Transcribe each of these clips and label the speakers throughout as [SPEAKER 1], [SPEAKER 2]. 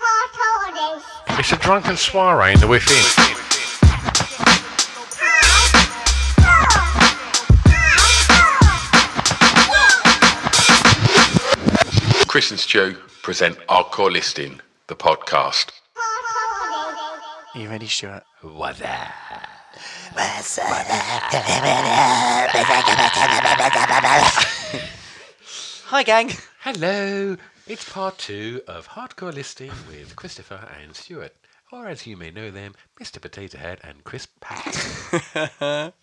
[SPEAKER 1] Hot holidays.
[SPEAKER 2] It's a drunken soiree in the within.
[SPEAKER 3] Chris and Stu present Our Core Listing, the podcast.
[SPEAKER 4] Are you ready, Stuart?
[SPEAKER 2] What's that?
[SPEAKER 4] Hi, gang.
[SPEAKER 2] Hello, it's part two of Hardcore Listing with Christopher and Stuart, or as you may know them, Mr. Potato Head and Chris Pat. that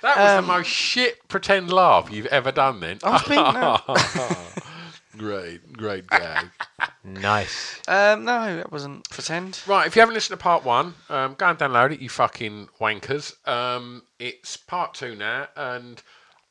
[SPEAKER 2] was the most shit pretend laugh you've ever done then.
[SPEAKER 4] I was being no.
[SPEAKER 2] great, great gag.
[SPEAKER 5] Nice.
[SPEAKER 4] Um, no, that wasn't pretend.
[SPEAKER 2] Right, if you haven't listened to part one, um, go and download it, you fucking wankers. Um, it's part two now, and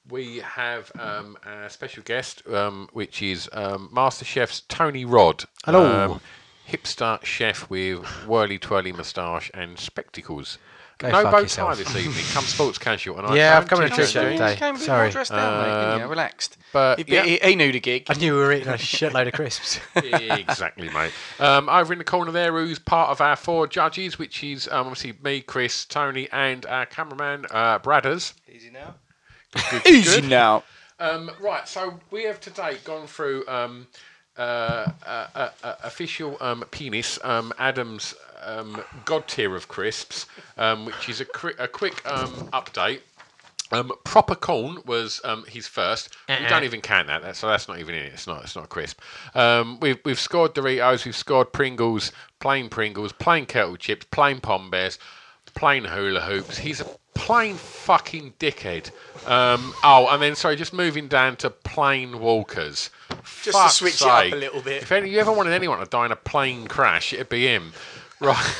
[SPEAKER 2] we have um, our special guest, um, which is um, MasterChef's Tony Rod.
[SPEAKER 5] Hello.
[SPEAKER 2] Um, hipster chef with whirly twirly moustache and spectacles.
[SPEAKER 5] Go
[SPEAKER 2] no
[SPEAKER 5] fuck
[SPEAKER 2] bow
[SPEAKER 5] yourself.
[SPEAKER 2] tie this evening. Come sports casual. And I
[SPEAKER 5] Yeah, I've
[SPEAKER 2] found
[SPEAKER 5] come in a
[SPEAKER 2] two
[SPEAKER 5] t-shirt
[SPEAKER 2] things.
[SPEAKER 4] you
[SPEAKER 5] day.
[SPEAKER 4] just came a bit
[SPEAKER 5] Sorry.
[SPEAKER 4] more dressed down, mate, didn't you? Relaxed.
[SPEAKER 2] Um, but,
[SPEAKER 4] he, be-
[SPEAKER 2] yeah.
[SPEAKER 4] he, he knew the gig.
[SPEAKER 5] I knew we were eating a shitload of crisps.
[SPEAKER 2] exactly, mate. Um, over in the corner there, who's part of our four judges, which is um, obviously me, Chris, Tony, and our cameraman, uh, Bradders.
[SPEAKER 4] Easy now.
[SPEAKER 2] Good,
[SPEAKER 4] Easy
[SPEAKER 2] good.
[SPEAKER 4] now.
[SPEAKER 2] Um, right, so we have today gone through um, uh, uh, uh, uh, official um, penis, um, Adam's um, god tier of crisps, um, which is a, cri- a quick um, update. Um, proper corn was um, his first. We don't even count that, that, so that's not even in it. It's not. It's not crisp. Um, we've we've scored Doritos. We've scored Pringles, plain Pringles, plain kettle chips, plain pom bears, plain hula hoops. He's a plain fucking dickhead. Um, oh, and then sorry, just moving down to plain walkers.
[SPEAKER 4] Just to
[SPEAKER 2] Fuck's
[SPEAKER 4] switch it up
[SPEAKER 2] sake.
[SPEAKER 4] a little bit.
[SPEAKER 2] If any, you ever wanted anyone to die in a plane crash, it'd be him. Right.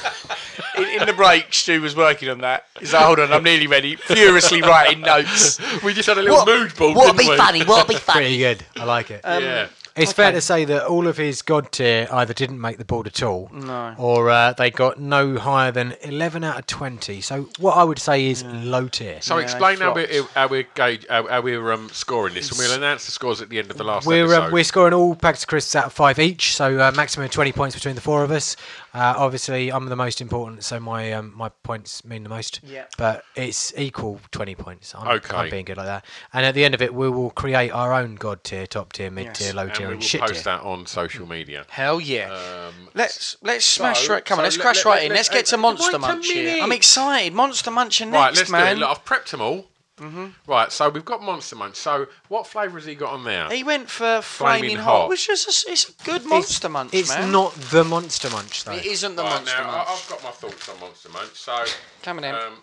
[SPEAKER 4] In, in the break, Stu was working on that. He's like, hold on, I'm nearly ready. Furiously writing notes.
[SPEAKER 2] we just had a little mood board.
[SPEAKER 6] What'll
[SPEAKER 2] didn't
[SPEAKER 6] be
[SPEAKER 2] we?
[SPEAKER 6] funny? What'll be funny?
[SPEAKER 5] Pretty good. I like it.
[SPEAKER 4] Um,
[SPEAKER 2] yeah.
[SPEAKER 5] it's fair to say that all of his god tier either didn't make the board at all,
[SPEAKER 4] No.
[SPEAKER 5] or uh, they got no higher than 11 out of 20. So what I would say is low tier.
[SPEAKER 2] So
[SPEAKER 4] Yeah,
[SPEAKER 2] explain how
[SPEAKER 4] flopped.
[SPEAKER 2] we're how we're, gauge, how, how we're um, scoring this, and we'll announce the scores at the end of the last
[SPEAKER 5] We're
[SPEAKER 2] episode.
[SPEAKER 5] um, we're scoring all packs of crisps out of five each, so uh, maximum of twenty points between the four of us. Uh, obviously, I'm the most important, so my um, my points mean the most.
[SPEAKER 4] Yeah.
[SPEAKER 5] But it's equal twenty points. I'm,
[SPEAKER 2] Okay.
[SPEAKER 5] I'm being good like that. And at the end of it, we will create our own god tier, top tier, mid tier,
[SPEAKER 4] Yes.
[SPEAKER 5] low
[SPEAKER 2] and
[SPEAKER 5] tier,
[SPEAKER 2] we
[SPEAKER 5] and,
[SPEAKER 2] will
[SPEAKER 5] shit tier.
[SPEAKER 2] post that on social media.
[SPEAKER 4] Hell yeah.
[SPEAKER 2] Um,
[SPEAKER 4] let's let's smash
[SPEAKER 2] so-
[SPEAKER 4] right. Come
[SPEAKER 2] so
[SPEAKER 4] on, let's
[SPEAKER 2] let- let-
[SPEAKER 4] crash right in.
[SPEAKER 2] let-
[SPEAKER 4] Let's
[SPEAKER 2] let-
[SPEAKER 4] get to
[SPEAKER 2] let-
[SPEAKER 4] Monster
[SPEAKER 2] wait a
[SPEAKER 4] Munch here.
[SPEAKER 2] minute.
[SPEAKER 4] I'm excited. Monster Muncher next,
[SPEAKER 2] right, let's
[SPEAKER 4] man.
[SPEAKER 2] do it. Look, I've prepped them all. Right, so we've got Monster Munch. So what flavour has he got on there?
[SPEAKER 4] He went for
[SPEAKER 2] Flaming
[SPEAKER 4] flaming,
[SPEAKER 2] Hot.
[SPEAKER 4] hot, which is a, it's a good monster munch,
[SPEAKER 5] It's
[SPEAKER 4] man.
[SPEAKER 5] not the monster munch though.
[SPEAKER 4] It isn't the
[SPEAKER 2] Right,
[SPEAKER 4] monster
[SPEAKER 2] now,
[SPEAKER 4] munch.
[SPEAKER 2] I, I've got my thoughts on Monster Munch. So,
[SPEAKER 4] Coming in.
[SPEAKER 2] um,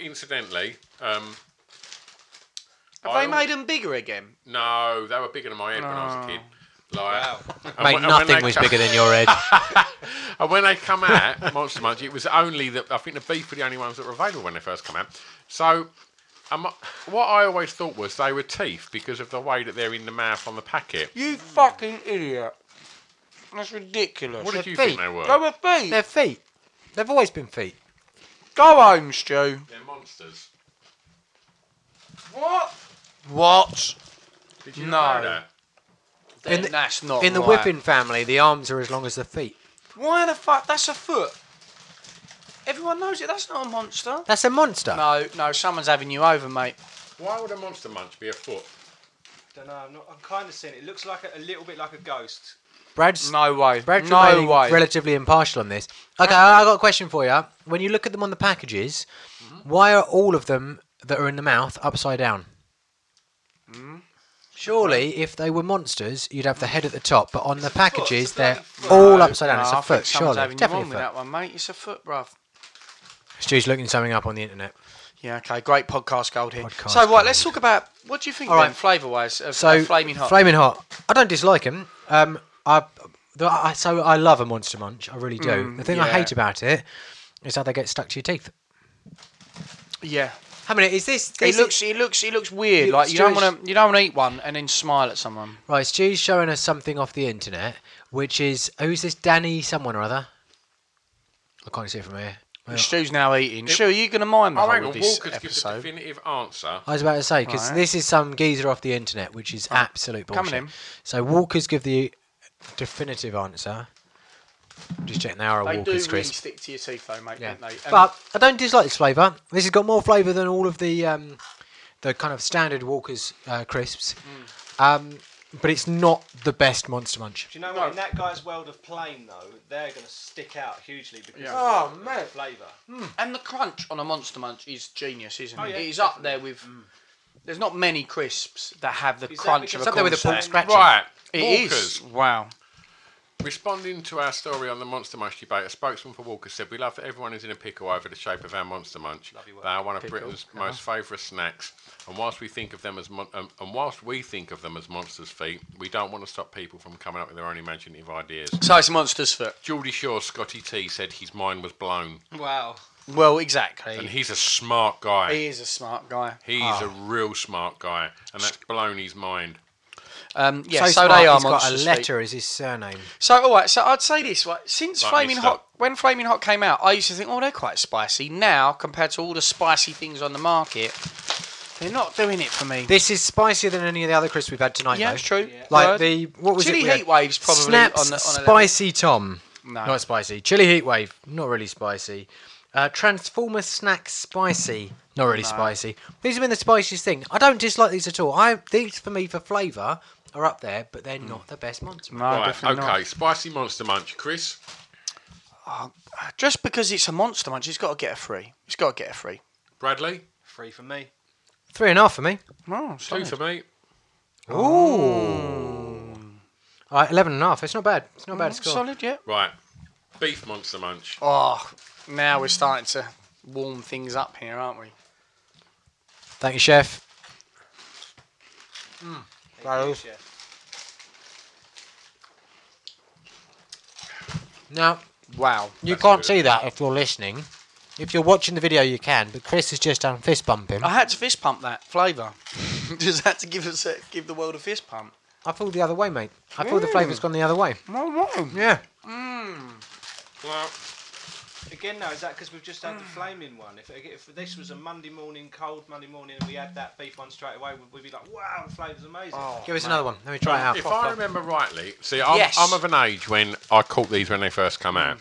[SPEAKER 2] incidentally, um,
[SPEAKER 4] Have
[SPEAKER 2] I
[SPEAKER 4] they made them bigger again?
[SPEAKER 2] no, they were bigger than my head when I was a kid.
[SPEAKER 4] Oh.
[SPEAKER 2] Like, and when-
[SPEAKER 5] Mate,
[SPEAKER 2] and when
[SPEAKER 5] nothing
[SPEAKER 2] they
[SPEAKER 5] was
[SPEAKER 2] come-
[SPEAKER 5] bigger than your head.
[SPEAKER 2] And when they come out, Monster Munch, it was only that I think the beef were the only ones that were available when they first come out. So, um, what I always thought was they were teeth because of the way that they're in the mouth on the packet.
[SPEAKER 4] You fucking idiot. That's ridiculous.
[SPEAKER 2] What did you
[SPEAKER 5] feet.
[SPEAKER 2] think they were?
[SPEAKER 4] Go with feet.
[SPEAKER 5] Their feet. They've always been feet.
[SPEAKER 4] Go home, Stu.
[SPEAKER 2] They're monsters.
[SPEAKER 4] What? What?
[SPEAKER 2] Did you
[SPEAKER 4] No.
[SPEAKER 2] know that?
[SPEAKER 5] In the-
[SPEAKER 4] that's not
[SPEAKER 5] In the
[SPEAKER 4] right.
[SPEAKER 5] whipping family, the arms are as long as the feet.
[SPEAKER 4] Why the fuck? That's a foot. Everyone knows it. That's not a monster.
[SPEAKER 5] That's a monster.
[SPEAKER 4] No, no, someone's having you over, mate.
[SPEAKER 2] Why would a Monster Munch be a foot?
[SPEAKER 6] Don't know. I'm, not, I'm kind of seeing it. It looks like a, a little bit like a ghost.
[SPEAKER 5] Brad's
[SPEAKER 4] No way.
[SPEAKER 5] Brad's
[SPEAKER 4] no
[SPEAKER 5] remaining
[SPEAKER 4] way.
[SPEAKER 5] relatively impartial on this. Okay, I I got a question for you. When you look at them on the packages, why are all of them that are in the mouth upside down?
[SPEAKER 4] Mm-hmm.
[SPEAKER 5] Surely, if they were monsters, you'd have the head at the top, but on the packages,
[SPEAKER 6] it's a
[SPEAKER 5] they're
[SPEAKER 6] bloody
[SPEAKER 5] all upside down.
[SPEAKER 4] No,
[SPEAKER 5] it's
[SPEAKER 4] I
[SPEAKER 5] a
[SPEAKER 4] think
[SPEAKER 5] foot,
[SPEAKER 4] someone's
[SPEAKER 5] surely.
[SPEAKER 4] having you wrong
[SPEAKER 5] Definitely
[SPEAKER 4] with
[SPEAKER 5] a foot.
[SPEAKER 4] that one, mate. It's a foot, bruv.
[SPEAKER 5] Stu's looking something up on the internet.
[SPEAKER 4] Yeah, okay, great podcast gold here.
[SPEAKER 5] Podcast
[SPEAKER 4] so, right,
[SPEAKER 5] gold.
[SPEAKER 4] let's talk about what do you think,
[SPEAKER 5] All right.
[SPEAKER 4] then, flavour wise, of
[SPEAKER 5] So,
[SPEAKER 4] of Oh, Flaming Hot?
[SPEAKER 5] Flaming Hot. I don't dislike them. Um, I, the- I so I love a Monster Munch. I really do. the thing I
[SPEAKER 4] yeah.
[SPEAKER 5] hate about it is how they get stuck to your teeth.
[SPEAKER 4] yeah.
[SPEAKER 5] How many is this?
[SPEAKER 4] He
[SPEAKER 5] is
[SPEAKER 4] looks, he looks, he looks weird.
[SPEAKER 5] You-
[SPEAKER 4] like you don't
[SPEAKER 5] Stuart's-
[SPEAKER 4] want to, you don't want to eat one and then smile at someone.
[SPEAKER 5] Right, Stu's showing us something off the internet, which is who's this Danny someone or other? I can't see it from here. Well,
[SPEAKER 4] Stu's now eating. Stu, are you going to mind the
[SPEAKER 2] I
[SPEAKER 4] whole of
[SPEAKER 2] reckon
[SPEAKER 4] this
[SPEAKER 2] Walker's gives a
[SPEAKER 4] episode?
[SPEAKER 2] definitive answer.
[SPEAKER 5] I was about to say because
[SPEAKER 4] Alright.
[SPEAKER 5] this is some geezer off the internet, which is absolute
[SPEAKER 4] coming
[SPEAKER 5] bullshit.
[SPEAKER 4] in.
[SPEAKER 5] So Walkers give the definitive answer. Just checking the hour.
[SPEAKER 4] They do
[SPEAKER 5] Walkers,
[SPEAKER 4] really
[SPEAKER 5] Chris.
[SPEAKER 4] stick to your teeth, though, mate,
[SPEAKER 5] Yeah.
[SPEAKER 4] don't they? Um,
[SPEAKER 5] but I don't dislike this flavour. This has got more flavour than all of the um, the kind of standard Walkers uh, crisps. Um, but it's not the best Monster Munch.
[SPEAKER 6] Mm. Do you know what? In that guy's world of plain, though, they're going to stick out hugely because
[SPEAKER 4] Yeah.
[SPEAKER 6] of the- the flavour.
[SPEAKER 4] and the crunch on a Monster Munch is genius, isn't
[SPEAKER 5] Oh,
[SPEAKER 4] it?
[SPEAKER 6] yeah,
[SPEAKER 4] it is up there with.
[SPEAKER 5] Mm.
[SPEAKER 4] There's not many crisps that have the
[SPEAKER 6] that
[SPEAKER 4] crunch
[SPEAKER 6] because-
[SPEAKER 4] of
[SPEAKER 6] It's
[SPEAKER 4] a
[SPEAKER 6] up there
[SPEAKER 5] with a
[SPEAKER 4] corn
[SPEAKER 5] pork
[SPEAKER 4] snack.
[SPEAKER 5] scratcher.
[SPEAKER 2] Right.
[SPEAKER 4] It
[SPEAKER 2] Walkers.
[SPEAKER 4] is. Wow.
[SPEAKER 2] Responding to our story on the Monster Munch debate, a spokesman for Walker said, We love that everyone is in a pickle over the shape of our Monster Munch. They are one of Britain's most
[SPEAKER 4] Uh-huh.
[SPEAKER 2] favourite snacks. And whilst we think of them as mon- um, and whilst we think of them as monsters' feet, we don't want to stop people from coming up with their own imaginative ideas.
[SPEAKER 4] So it's monster's foot.
[SPEAKER 2] Geordie Shaw, Scotty T, said his mind was blown.
[SPEAKER 6] Wow.
[SPEAKER 4] Well, exactly.
[SPEAKER 2] And he's a smart guy.
[SPEAKER 4] He Ah. is a smart guy.
[SPEAKER 2] He's a real smart guy, and that's blown his mind.
[SPEAKER 4] Um, yeah, so,
[SPEAKER 5] so, smart,
[SPEAKER 4] they are
[SPEAKER 5] he's got a
[SPEAKER 4] monsters.
[SPEAKER 5] letter as his surname.
[SPEAKER 4] So all right, so I'd say this: right, since
[SPEAKER 2] Right,
[SPEAKER 4] Flaming
[SPEAKER 2] Mister.
[SPEAKER 4] Hot, when Flaming Hot came out, I used to think, oh, they're quite spicy. Now, compared to all the spicy things on the market, they're not doing it for me.
[SPEAKER 5] This is spicier than any of the other crisps we've had tonight.
[SPEAKER 4] yeah,
[SPEAKER 5] though.
[SPEAKER 4] it's true.
[SPEAKER 5] Like
[SPEAKER 4] Word.
[SPEAKER 5] the what was
[SPEAKER 4] Chili
[SPEAKER 5] it? we had?
[SPEAKER 4] heat waves probably
[SPEAKER 5] Snaps,
[SPEAKER 4] on the on a level.
[SPEAKER 5] spicy Tom.
[SPEAKER 4] No.
[SPEAKER 5] Not spicy. Chili heat wave. Not really spicy. Uh, Transformer snack spicy. Not really spicy. These have been the spiciest thing. I don't dislike these at all. I these for me for flavour are up there, but they're not the best monster.
[SPEAKER 4] Mm. No,
[SPEAKER 2] right, okay,
[SPEAKER 4] definitely not.
[SPEAKER 2] spicy Monster Munch. Chris,
[SPEAKER 4] Just because it's a monster munch, it's got to get a free. It's got to get a free.
[SPEAKER 2] Bradley,
[SPEAKER 6] Free from me.
[SPEAKER 5] Three and a half for me.
[SPEAKER 4] Oh,
[SPEAKER 2] two for me.
[SPEAKER 5] Ooh. All right, eleven and a half. It's not bad. It's not bad. score.
[SPEAKER 4] Oh, Mm, solid, yeah.
[SPEAKER 2] Right, beef Monster Munch.
[SPEAKER 4] Oh, now we're starting to warm things up here, aren't we?
[SPEAKER 5] Thank you, chef. Hmm.
[SPEAKER 6] Yeah.
[SPEAKER 5] Now
[SPEAKER 4] Wow.
[SPEAKER 5] You can't see that if you're listening. If you're watching the video, you can. But Chris has just done fist bumping.
[SPEAKER 4] I had to fist pump that flavour. Just had to give us a, give the world a fist pump.
[SPEAKER 5] I feel the other way, mate. I feel the flavour's gone the other way. Mm.
[SPEAKER 4] Oh,
[SPEAKER 5] Yeah.
[SPEAKER 2] Well,
[SPEAKER 6] Again, though, is that because we've just had the flaming one? If, if this was a Monday morning, cold Monday morning, and we had that beef one straight away, we'd, we'd be like, wow, the flavour's amazing.
[SPEAKER 4] Oh.
[SPEAKER 5] Give us another one. Let me try it out.
[SPEAKER 2] If I remember rightly, see, I'm,
[SPEAKER 4] Yes.
[SPEAKER 2] I'm of an age when I caught these when they first come out.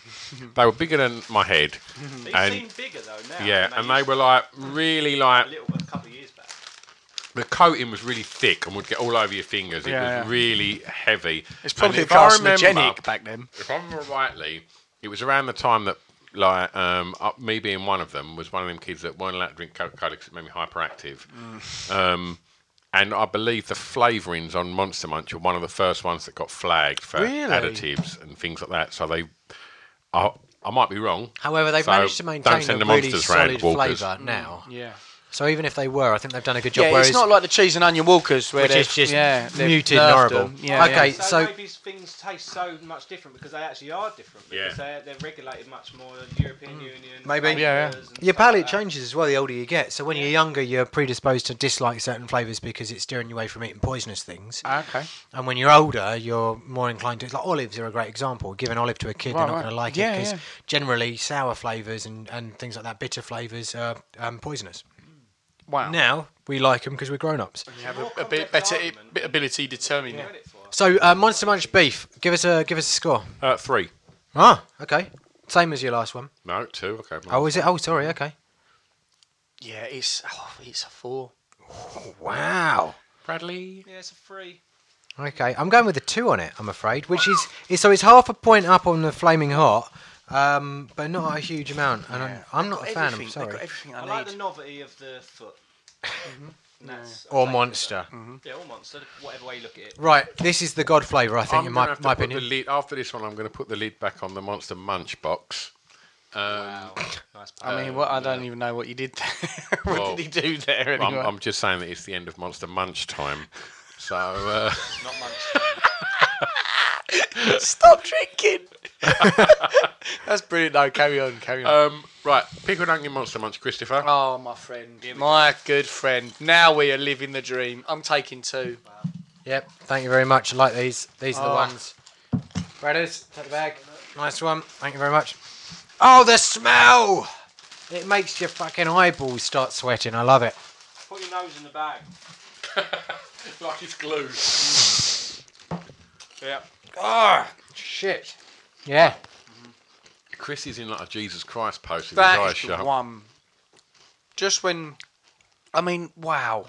[SPEAKER 2] they were bigger than my head,
[SPEAKER 6] These
[SPEAKER 2] and
[SPEAKER 6] seem bigger, though, now.
[SPEAKER 2] yeah,
[SPEAKER 6] than
[SPEAKER 2] and they
[SPEAKER 6] used
[SPEAKER 2] were
[SPEAKER 6] to
[SPEAKER 2] like really like
[SPEAKER 6] be A little a couple of years back.
[SPEAKER 2] the coating was really thick and would get all over your fingers. It
[SPEAKER 4] Yeah, yeah.
[SPEAKER 2] was really heavy.
[SPEAKER 4] It's probably
[SPEAKER 2] and if I
[SPEAKER 4] carcinogenic
[SPEAKER 2] remember-
[SPEAKER 4] back then.
[SPEAKER 2] if I remember rightly, it was around the time that like um, uh, me being one of them was one of them kids that weren't allowed to drink Coca Cola because it made me hyperactive.
[SPEAKER 4] Mm.
[SPEAKER 2] Um, and I believe the flavourings on Monster Munch are one of the first ones that got flagged for
[SPEAKER 4] Really?
[SPEAKER 2] additives and things like that. So they, I, I might be wrong.
[SPEAKER 5] However, they've
[SPEAKER 2] So
[SPEAKER 5] managed to
[SPEAKER 2] don't
[SPEAKER 5] maintain
[SPEAKER 2] send
[SPEAKER 5] a
[SPEAKER 2] the
[SPEAKER 5] really
[SPEAKER 2] monsters
[SPEAKER 5] solid
[SPEAKER 2] round, Walkers.
[SPEAKER 5] flavour now.
[SPEAKER 4] Yeah.
[SPEAKER 5] So even if they were, I think they've done a good job.
[SPEAKER 4] Yeah,
[SPEAKER 5] whereas,
[SPEAKER 4] it's not like the cheese and onion walkers where
[SPEAKER 5] Which
[SPEAKER 4] they've-
[SPEAKER 5] is just
[SPEAKER 4] yeah, they've
[SPEAKER 5] muted and
[SPEAKER 4] nerfed
[SPEAKER 5] horrible.
[SPEAKER 4] them. Yeah,
[SPEAKER 5] Okay,
[SPEAKER 4] yeah.
[SPEAKER 6] So,
[SPEAKER 5] so-
[SPEAKER 6] maybe things taste so much different because they actually are different because they're, they're regulated much more than European
[SPEAKER 4] Mm.
[SPEAKER 6] Union.
[SPEAKER 5] Maybe.
[SPEAKER 4] Yeah, yeah.
[SPEAKER 6] flavours and
[SPEAKER 5] Your
[SPEAKER 6] stuff
[SPEAKER 5] palate
[SPEAKER 6] like that.
[SPEAKER 5] changes as well the older you get. So when you're younger, you're predisposed to dislike certain flavours because it's steering you away from eating poisonous things.
[SPEAKER 4] Okay.
[SPEAKER 5] And when you're older, you're more inclined to. Like olives are a great example. Give an olive to a kid,
[SPEAKER 4] Right,
[SPEAKER 5] they're not
[SPEAKER 4] right.
[SPEAKER 5] going to like
[SPEAKER 4] Yeah,
[SPEAKER 5] it because
[SPEAKER 4] yeah.
[SPEAKER 5] generally sour flavours and, and things like that, bitter flavours, are um, poisonous.
[SPEAKER 4] Wow.
[SPEAKER 5] Now we like them because we're grown ups.
[SPEAKER 4] you have a, a bit better i- bit ability determining it.
[SPEAKER 5] So uh, Monster Munch beef, give us a give us a score.
[SPEAKER 2] Uh, three.
[SPEAKER 5] Ah, okay, same as your last one.
[SPEAKER 2] No, two. Okay.
[SPEAKER 5] Oh, is it? Oh, sorry. Okay.
[SPEAKER 4] Yeah, it's oh, it's a four.
[SPEAKER 5] Wow.
[SPEAKER 2] Bradley.
[SPEAKER 6] Yeah, it's a free.
[SPEAKER 5] Okay, I'm going with a two on it. I'm afraid, which is, is so it's half a point up on the flaming hot, um, but not a huge amount. And I'm, I'm not a fan. I'm
[SPEAKER 4] Everything- they've got
[SPEAKER 5] sorry.
[SPEAKER 4] everything
[SPEAKER 6] I,
[SPEAKER 4] I,
[SPEAKER 6] like
[SPEAKER 4] need.
[SPEAKER 6] the novelty of the foot. And that's- I'll
[SPEAKER 5] Or
[SPEAKER 6] take it.
[SPEAKER 5] monster.
[SPEAKER 6] Yeah, or monster, whatever way you look at it.
[SPEAKER 5] Right, this is the God flavour. I think,
[SPEAKER 2] I'm
[SPEAKER 5] in
[SPEAKER 2] gonna
[SPEAKER 5] my,
[SPEAKER 2] have to
[SPEAKER 5] my
[SPEAKER 2] put the
[SPEAKER 5] opinion.
[SPEAKER 2] lid- after this one, I'm going to put the lid back on the Monster Munch box. Um,
[SPEAKER 6] Wow. nice.
[SPEAKER 4] I mean, what, I don't even know what you did there. what
[SPEAKER 2] Well,
[SPEAKER 4] did he do there
[SPEAKER 2] I'm,
[SPEAKER 4] anyway?
[SPEAKER 2] I'm just saying that it's the end of Monster Munch time. So uh,
[SPEAKER 6] Not monster.
[SPEAKER 4] Stop drinking. That's brilliant. No, carry on, carry on.
[SPEAKER 2] um, right, pickled onion Monster Munch, Christopher.
[SPEAKER 4] oh, my friend. My good friend. Now we are living the dream. I'm taking two.
[SPEAKER 5] Yep. Thank you very much. I like these. These are the
[SPEAKER 4] Oh.
[SPEAKER 5] ones. Brothers, take the bag. Nice one. Thank you very much. Oh, the smell! It makes your fucking eyeballs start sweating. I love it.
[SPEAKER 6] Put your nose in the bag.
[SPEAKER 2] like it's glued.
[SPEAKER 6] Yeah.
[SPEAKER 4] Ah.
[SPEAKER 5] Oh, shit. Yeah.
[SPEAKER 2] Chris is in like a Jesus Christ post with his
[SPEAKER 4] That
[SPEAKER 2] eyes
[SPEAKER 4] is the
[SPEAKER 2] shut.
[SPEAKER 4] one. Just when, I mean, wow,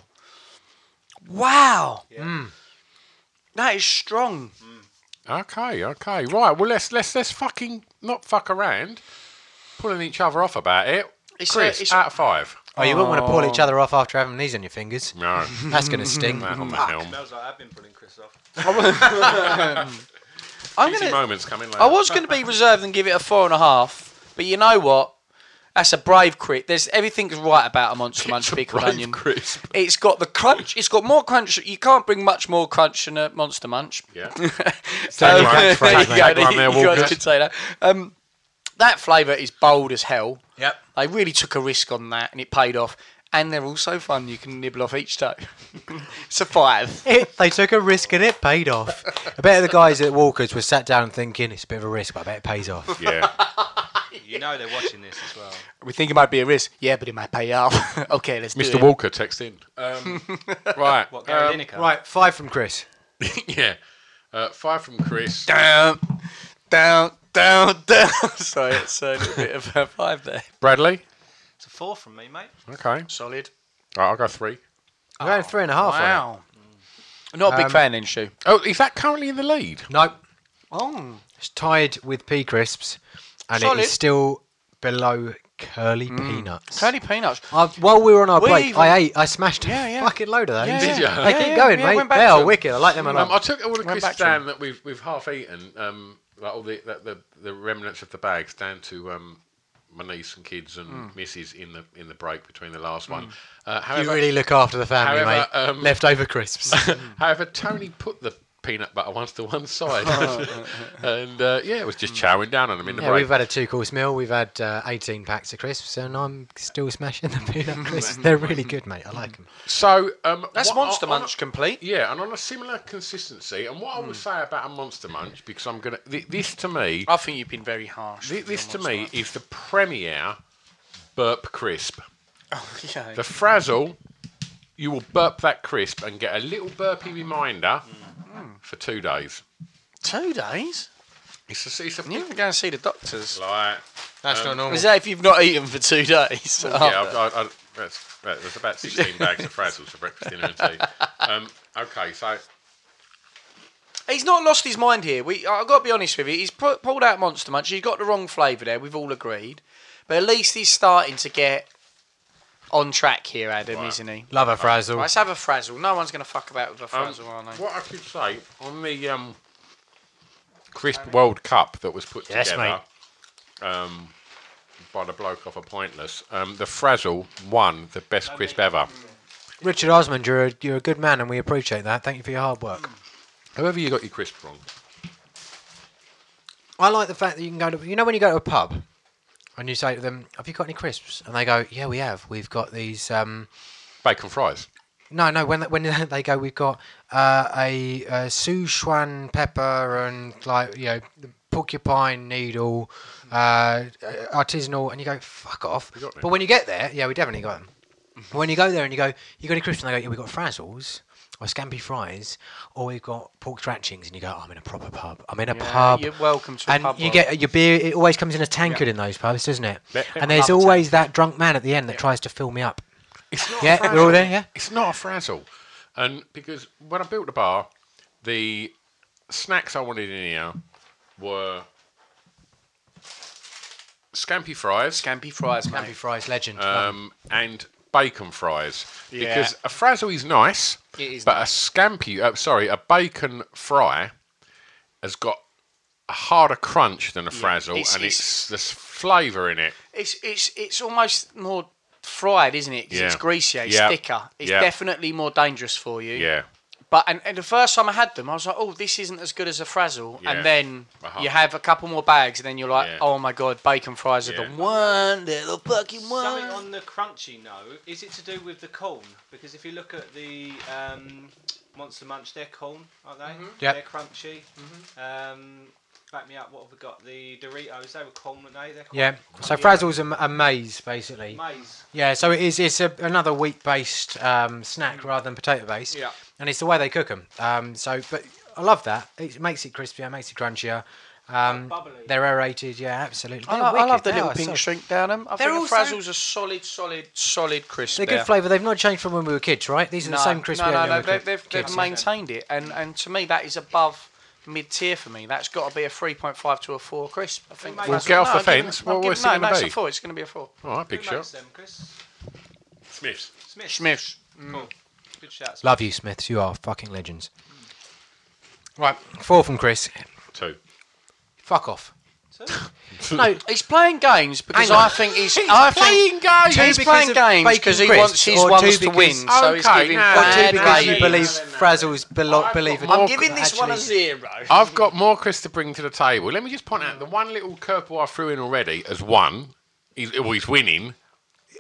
[SPEAKER 4] wow, Mm. that is strong.
[SPEAKER 2] Okay, okay, right. Well, let's let's let's fucking not fuck around, pulling each other off about it.
[SPEAKER 4] It's a-
[SPEAKER 2] Chris,
[SPEAKER 4] it's a-
[SPEAKER 2] out of five.
[SPEAKER 5] Oh, you wouldn't want to pull each other off after having these on your fingers.
[SPEAKER 2] No,
[SPEAKER 5] That's going to sting.
[SPEAKER 2] that on the helm.
[SPEAKER 6] Smells like I've been pulling Chris off.
[SPEAKER 4] I'm
[SPEAKER 2] Easy
[SPEAKER 4] gonna,
[SPEAKER 2] moments coming later.
[SPEAKER 4] I was gonna be reserved and give it a four and a half, but you know what? That's a brave crit. There's everything's right about a monster munch pickled
[SPEAKER 2] brave
[SPEAKER 4] onion.
[SPEAKER 2] crisp.
[SPEAKER 4] It's got the crunch. It's got more crunch. You can't bring much more crunch than a monster munch.
[SPEAKER 2] Yeah.
[SPEAKER 4] Um,
[SPEAKER 2] right, right,
[SPEAKER 4] there you
[SPEAKER 2] right,
[SPEAKER 4] go,
[SPEAKER 2] right,
[SPEAKER 4] there
[SPEAKER 2] right, there,
[SPEAKER 4] you guys
[SPEAKER 2] Walker.
[SPEAKER 4] could say that. Um, that flavour is bold as hell.
[SPEAKER 5] Yep.
[SPEAKER 4] They really took a risk on that, and it paid off. And they're also fun. You can nibble off each toe. it's a five.
[SPEAKER 5] It, they took a risk and it paid off. I bet the guys at Walker's were sat down thinking it's a bit of a risk, but I bet it pays off.
[SPEAKER 2] yeah.
[SPEAKER 6] You know they're watching this as well.
[SPEAKER 4] We think it might be a risk. Yeah, but it might pay off. okay, let's do
[SPEAKER 2] Mr.
[SPEAKER 4] it.
[SPEAKER 2] Walker, text in. Um, right.
[SPEAKER 6] What, Gary
[SPEAKER 2] um,
[SPEAKER 6] Lineker?
[SPEAKER 5] Right, five from Chris.
[SPEAKER 2] yeah. Uh, five from Chris.
[SPEAKER 4] Down, down, down, down. Sorry, it's uh, a little bit of a five there.
[SPEAKER 2] Bradley.
[SPEAKER 6] It's a four from me, mate.
[SPEAKER 2] Okay. All right,
[SPEAKER 4] Solid.
[SPEAKER 2] I'll go three.
[SPEAKER 5] I'm going three and a half on
[SPEAKER 4] Oh, Wow. Not a big fan then, Shu.
[SPEAKER 2] Oh, is that currently in the lead?
[SPEAKER 5] it. Nope.
[SPEAKER 4] Oh.
[SPEAKER 5] It's tied with pea crisps, and it
[SPEAKER 4] Solid. Mm.
[SPEAKER 5] is still below curly peanuts.
[SPEAKER 4] Curly peanuts.
[SPEAKER 5] I, while we were on our
[SPEAKER 4] We
[SPEAKER 5] break,
[SPEAKER 4] even-
[SPEAKER 5] I ate. I smashed
[SPEAKER 4] Yeah,
[SPEAKER 5] a
[SPEAKER 4] yeah.
[SPEAKER 5] fucking load of those.
[SPEAKER 4] Yeah, Did
[SPEAKER 2] yeah. ya?
[SPEAKER 5] They
[SPEAKER 4] Yeah,
[SPEAKER 5] keep
[SPEAKER 4] yeah,
[SPEAKER 5] going,
[SPEAKER 4] yeah, I
[SPEAKER 5] mate.
[SPEAKER 4] went back
[SPEAKER 5] They
[SPEAKER 4] to
[SPEAKER 5] are
[SPEAKER 4] them.
[SPEAKER 5] wicked. I like them a lot.
[SPEAKER 2] Um, I took all the
[SPEAKER 4] Went
[SPEAKER 2] crisps
[SPEAKER 4] back to
[SPEAKER 2] down that we've we've half eaten, um, like all the, the, the the remnants of the bags down to um, my niece and kids and
[SPEAKER 4] Hmm.
[SPEAKER 2] missus in the in the break between the last one. Uh, however,
[SPEAKER 5] you really look after the family,
[SPEAKER 2] however,
[SPEAKER 5] mate.
[SPEAKER 2] um,
[SPEAKER 5] Leftover crisps.
[SPEAKER 2] however, Tony put the peanut butter ones to one side, and uh, yeah, it was
[SPEAKER 4] Hmm.
[SPEAKER 2] just chowing down on them in the
[SPEAKER 5] yeah,
[SPEAKER 2] break.
[SPEAKER 5] we've had a two-course meal. We've had uh, 18 packs of crisps, and I'm still smashing the peanut crisps. They're really good, mate. I like them.
[SPEAKER 2] so um,
[SPEAKER 4] That's
[SPEAKER 2] what-
[SPEAKER 4] Monster
[SPEAKER 2] on- on-
[SPEAKER 4] Munch Hmm. complete.
[SPEAKER 2] Yeah, and on a similar consistency, and what I would say about a Monster Munch, because I'm gonna thi- this to me,
[SPEAKER 4] I think you've been very harsh.
[SPEAKER 2] thi-
[SPEAKER 4] with
[SPEAKER 2] this to
[SPEAKER 4] your
[SPEAKER 2] me is the premier burp crisp.
[SPEAKER 4] monster. Oh, Yeah.
[SPEAKER 2] The frazzle, you will burp that crisp and get a little burpy reminder
[SPEAKER 4] Hmm.
[SPEAKER 2] for two days.
[SPEAKER 4] Two days?
[SPEAKER 2] It's a, it's a
[SPEAKER 4] You need to go and see the doctors.
[SPEAKER 2] like
[SPEAKER 5] That's not normal.
[SPEAKER 4] Um, Is that if you've not eaten for two days?
[SPEAKER 2] yeah. I've, got- I, I, that's, that, there's about sixteen bags of frazzles for breakfast, dinner, and tea. Um, okay, so
[SPEAKER 4] He's not lost his mind here. We, I've got to be honest with you. He's pu- pulled out Monster Munch. He's got the wrong flavour there. We've all agreed. But at least he's starting to get on track here, Adam, isn't he?
[SPEAKER 5] Love a frazzle.
[SPEAKER 4] Let's have a frazzle. No one's going to fuck about with a
[SPEAKER 2] um,
[SPEAKER 4] frazzle, are they?
[SPEAKER 2] what I could say on the um, crisp World Cup that was put
[SPEAKER 5] Yes,
[SPEAKER 2] together. Um, by the bloke off a pointless, um, the frazzle won the best crisp ever.
[SPEAKER 5] Richard Osmond, you're a, you're a good man, and we appreciate that. Thank you for your hard work.
[SPEAKER 2] However, you got your crisp from.
[SPEAKER 5] I like the fact that you can go to you know when you go to a pub and you say to them, "Have you got any crisps?" and they go, "Yeah, we have. We've got these." Um,
[SPEAKER 2] bacon fries.
[SPEAKER 5] no, no. When when they go, we've got uh, a, a Sichuan pepper and like you know the porcupine needle,
[SPEAKER 4] Hmm.
[SPEAKER 5] uh, artisanal, and you go, "Fuck off!"
[SPEAKER 2] got them.
[SPEAKER 5] But when you get there, yeah, we definitely got them.
[SPEAKER 4] Hmm.
[SPEAKER 5] But when you go there and you go, "You got any crisps?" and they go, "Yeah, we got frazzles." Or scampi fries, or we've got pork dratchings, and you go, oh, I'm in a proper pub. I'm in a pub
[SPEAKER 4] You're welcome to a
[SPEAKER 5] and
[SPEAKER 4] pub
[SPEAKER 5] you
[SPEAKER 4] bar.
[SPEAKER 5] get your beer. It always comes in a tankard in those pubs, doesn't it?
[SPEAKER 2] Yeah.
[SPEAKER 5] And there's
[SPEAKER 4] Love a
[SPEAKER 5] always that drunk man at the end that tries to fill me up.
[SPEAKER 2] It's not
[SPEAKER 5] Yeah,
[SPEAKER 2] a frazzle.
[SPEAKER 5] they're all there, yeah?
[SPEAKER 2] It's not a frazzle. And because when I built the bar, the snacks I wanted in here were scampi fries
[SPEAKER 4] Scampy fries, mate.
[SPEAKER 5] Campy Fries legend.
[SPEAKER 2] um, and bacon fries.
[SPEAKER 4] Yeah.
[SPEAKER 2] Because a frazzle is nice,
[SPEAKER 4] It is
[SPEAKER 2] but a scampi, uh, sorry, a bacon fry has got a harder crunch than a frazzle,
[SPEAKER 4] it's-
[SPEAKER 2] and
[SPEAKER 4] it's-
[SPEAKER 2] it's, there's flavour in it.
[SPEAKER 4] It's it's it's almost more fried, isn't it? 'Cause
[SPEAKER 2] Yeah.
[SPEAKER 4] It's greasier, it's
[SPEAKER 2] Yeah.
[SPEAKER 4] thicker. It's
[SPEAKER 2] Yeah.
[SPEAKER 4] definitely more dangerous for you.
[SPEAKER 2] Yeah.
[SPEAKER 4] But and, and the first time I had them, I was like, oh, this isn't as good as a frazzle.
[SPEAKER 2] Yeah.
[SPEAKER 4] And then
[SPEAKER 2] Uh-huh.
[SPEAKER 4] you have a couple more bags, and then you're like,
[SPEAKER 2] Yeah.
[SPEAKER 4] oh my god, bacon fries are
[SPEAKER 2] Yeah.
[SPEAKER 4] the one little fucking one.
[SPEAKER 6] Something on the crunchy note, is it to do with the corn? Because if you look at the um, Monster Munch, they're corn, aren't they?
[SPEAKER 5] Yep.
[SPEAKER 6] They're crunchy. Um, back me up, what have we got? The Doritos, they were corn, weren't they? They're quite
[SPEAKER 5] yeah. So
[SPEAKER 6] crunchy.
[SPEAKER 5] Frazzle's a, a maze, basically.
[SPEAKER 6] Maize.
[SPEAKER 5] Yeah, so it is. It's a, another wheat-based um,
[SPEAKER 6] Mm.
[SPEAKER 5] snack rather than potato-based.
[SPEAKER 2] Yeah.
[SPEAKER 5] and it's the way they cook them. Um, so, but I love that. It makes it crispier, makes it crunchier. Um,
[SPEAKER 6] Bubbly.
[SPEAKER 5] they're aerated. Yeah, absolutely.
[SPEAKER 4] I,
[SPEAKER 5] They're
[SPEAKER 4] lo- I love
[SPEAKER 5] wicked.
[SPEAKER 4] the
[SPEAKER 5] They
[SPEAKER 4] little
[SPEAKER 5] are
[SPEAKER 4] pink
[SPEAKER 5] so-
[SPEAKER 4] streak down them. I
[SPEAKER 5] They're
[SPEAKER 4] think
[SPEAKER 5] also-
[SPEAKER 4] the frazzles are solid, solid, solid crisp.
[SPEAKER 5] They're
[SPEAKER 4] there.
[SPEAKER 5] good flavour. They've not changed from when we were kids, right? These are the same crispy.
[SPEAKER 4] No, no,
[SPEAKER 5] onion
[SPEAKER 4] no.
[SPEAKER 5] we were
[SPEAKER 4] They've,
[SPEAKER 5] kid-
[SPEAKER 4] they've,
[SPEAKER 5] kids.
[SPEAKER 4] they've maintained it, and and to me that is above mid tier for me. That's got to be a three point five to a four crisp. I think.
[SPEAKER 6] Well,
[SPEAKER 4] That's-
[SPEAKER 2] get off
[SPEAKER 4] no,
[SPEAKER 2] the
[SPEAKER 4] I'm giving-
[SPEAKER 2] fence.
[SPEAKER 4] I'm
[SPEAKER 2] What-
[SPEAKER 4] giving-
[SPEAKER 2] what's it
[SPEAKER 4] no,
[SPEAKER 2] gonna
[SPEAKER 4] no, it's
[SPEAKER 2] be?
[SPEAKER 4] a four. It's going to be a four.
[SPEAKER 2] All right, big
[SPEAKER 6] Who makes
[SPEAKER 2] shot.
[SPEAKER 6] them, Chris?
[SPEAKER 2] Smiths.
[SPEAKER 6] Smith.
[SPEAKER 4] Smiths.
[SPEAKER 6] Cool. Good shout.
[SPEAKER 5] Love you, Smiths. You are fucking legends.
[SPEAKER 4] Right.
[SPEAKER 5] Four from Chris.
[SPEAKER 2] Two.
[SPEAKER 5] Fuck off.
[SPEAKER 4] No, he's playing games because
[SPEAKER 5] Hang on.
[SPEAKER 4] I think he's. I think
[SPEAKER 5] games.
[SPEAKER 4] He's playing games because he wants his ones to win, so he's
[SPEAKER 2] Okay,
[SPEAKER 4] giving
[SPEAKER 2] no,
[SPEAKER 5] Or two
[SPEAKER 4] bad
[SPEAKER 5] because you
[SPEAKER 4] ratings.
[SPEAKER 5] believe Frazzles belo- believe in.
[SPEAKER 4] I'm giving this one a
[SPEAKER 5] Actually,
[SPEAKER 4] zero.
[SPEAKER 2] I've got more Chris to bring to the table. Let me just point out the one little curveball I threw in already as one. He's, well, he's winning.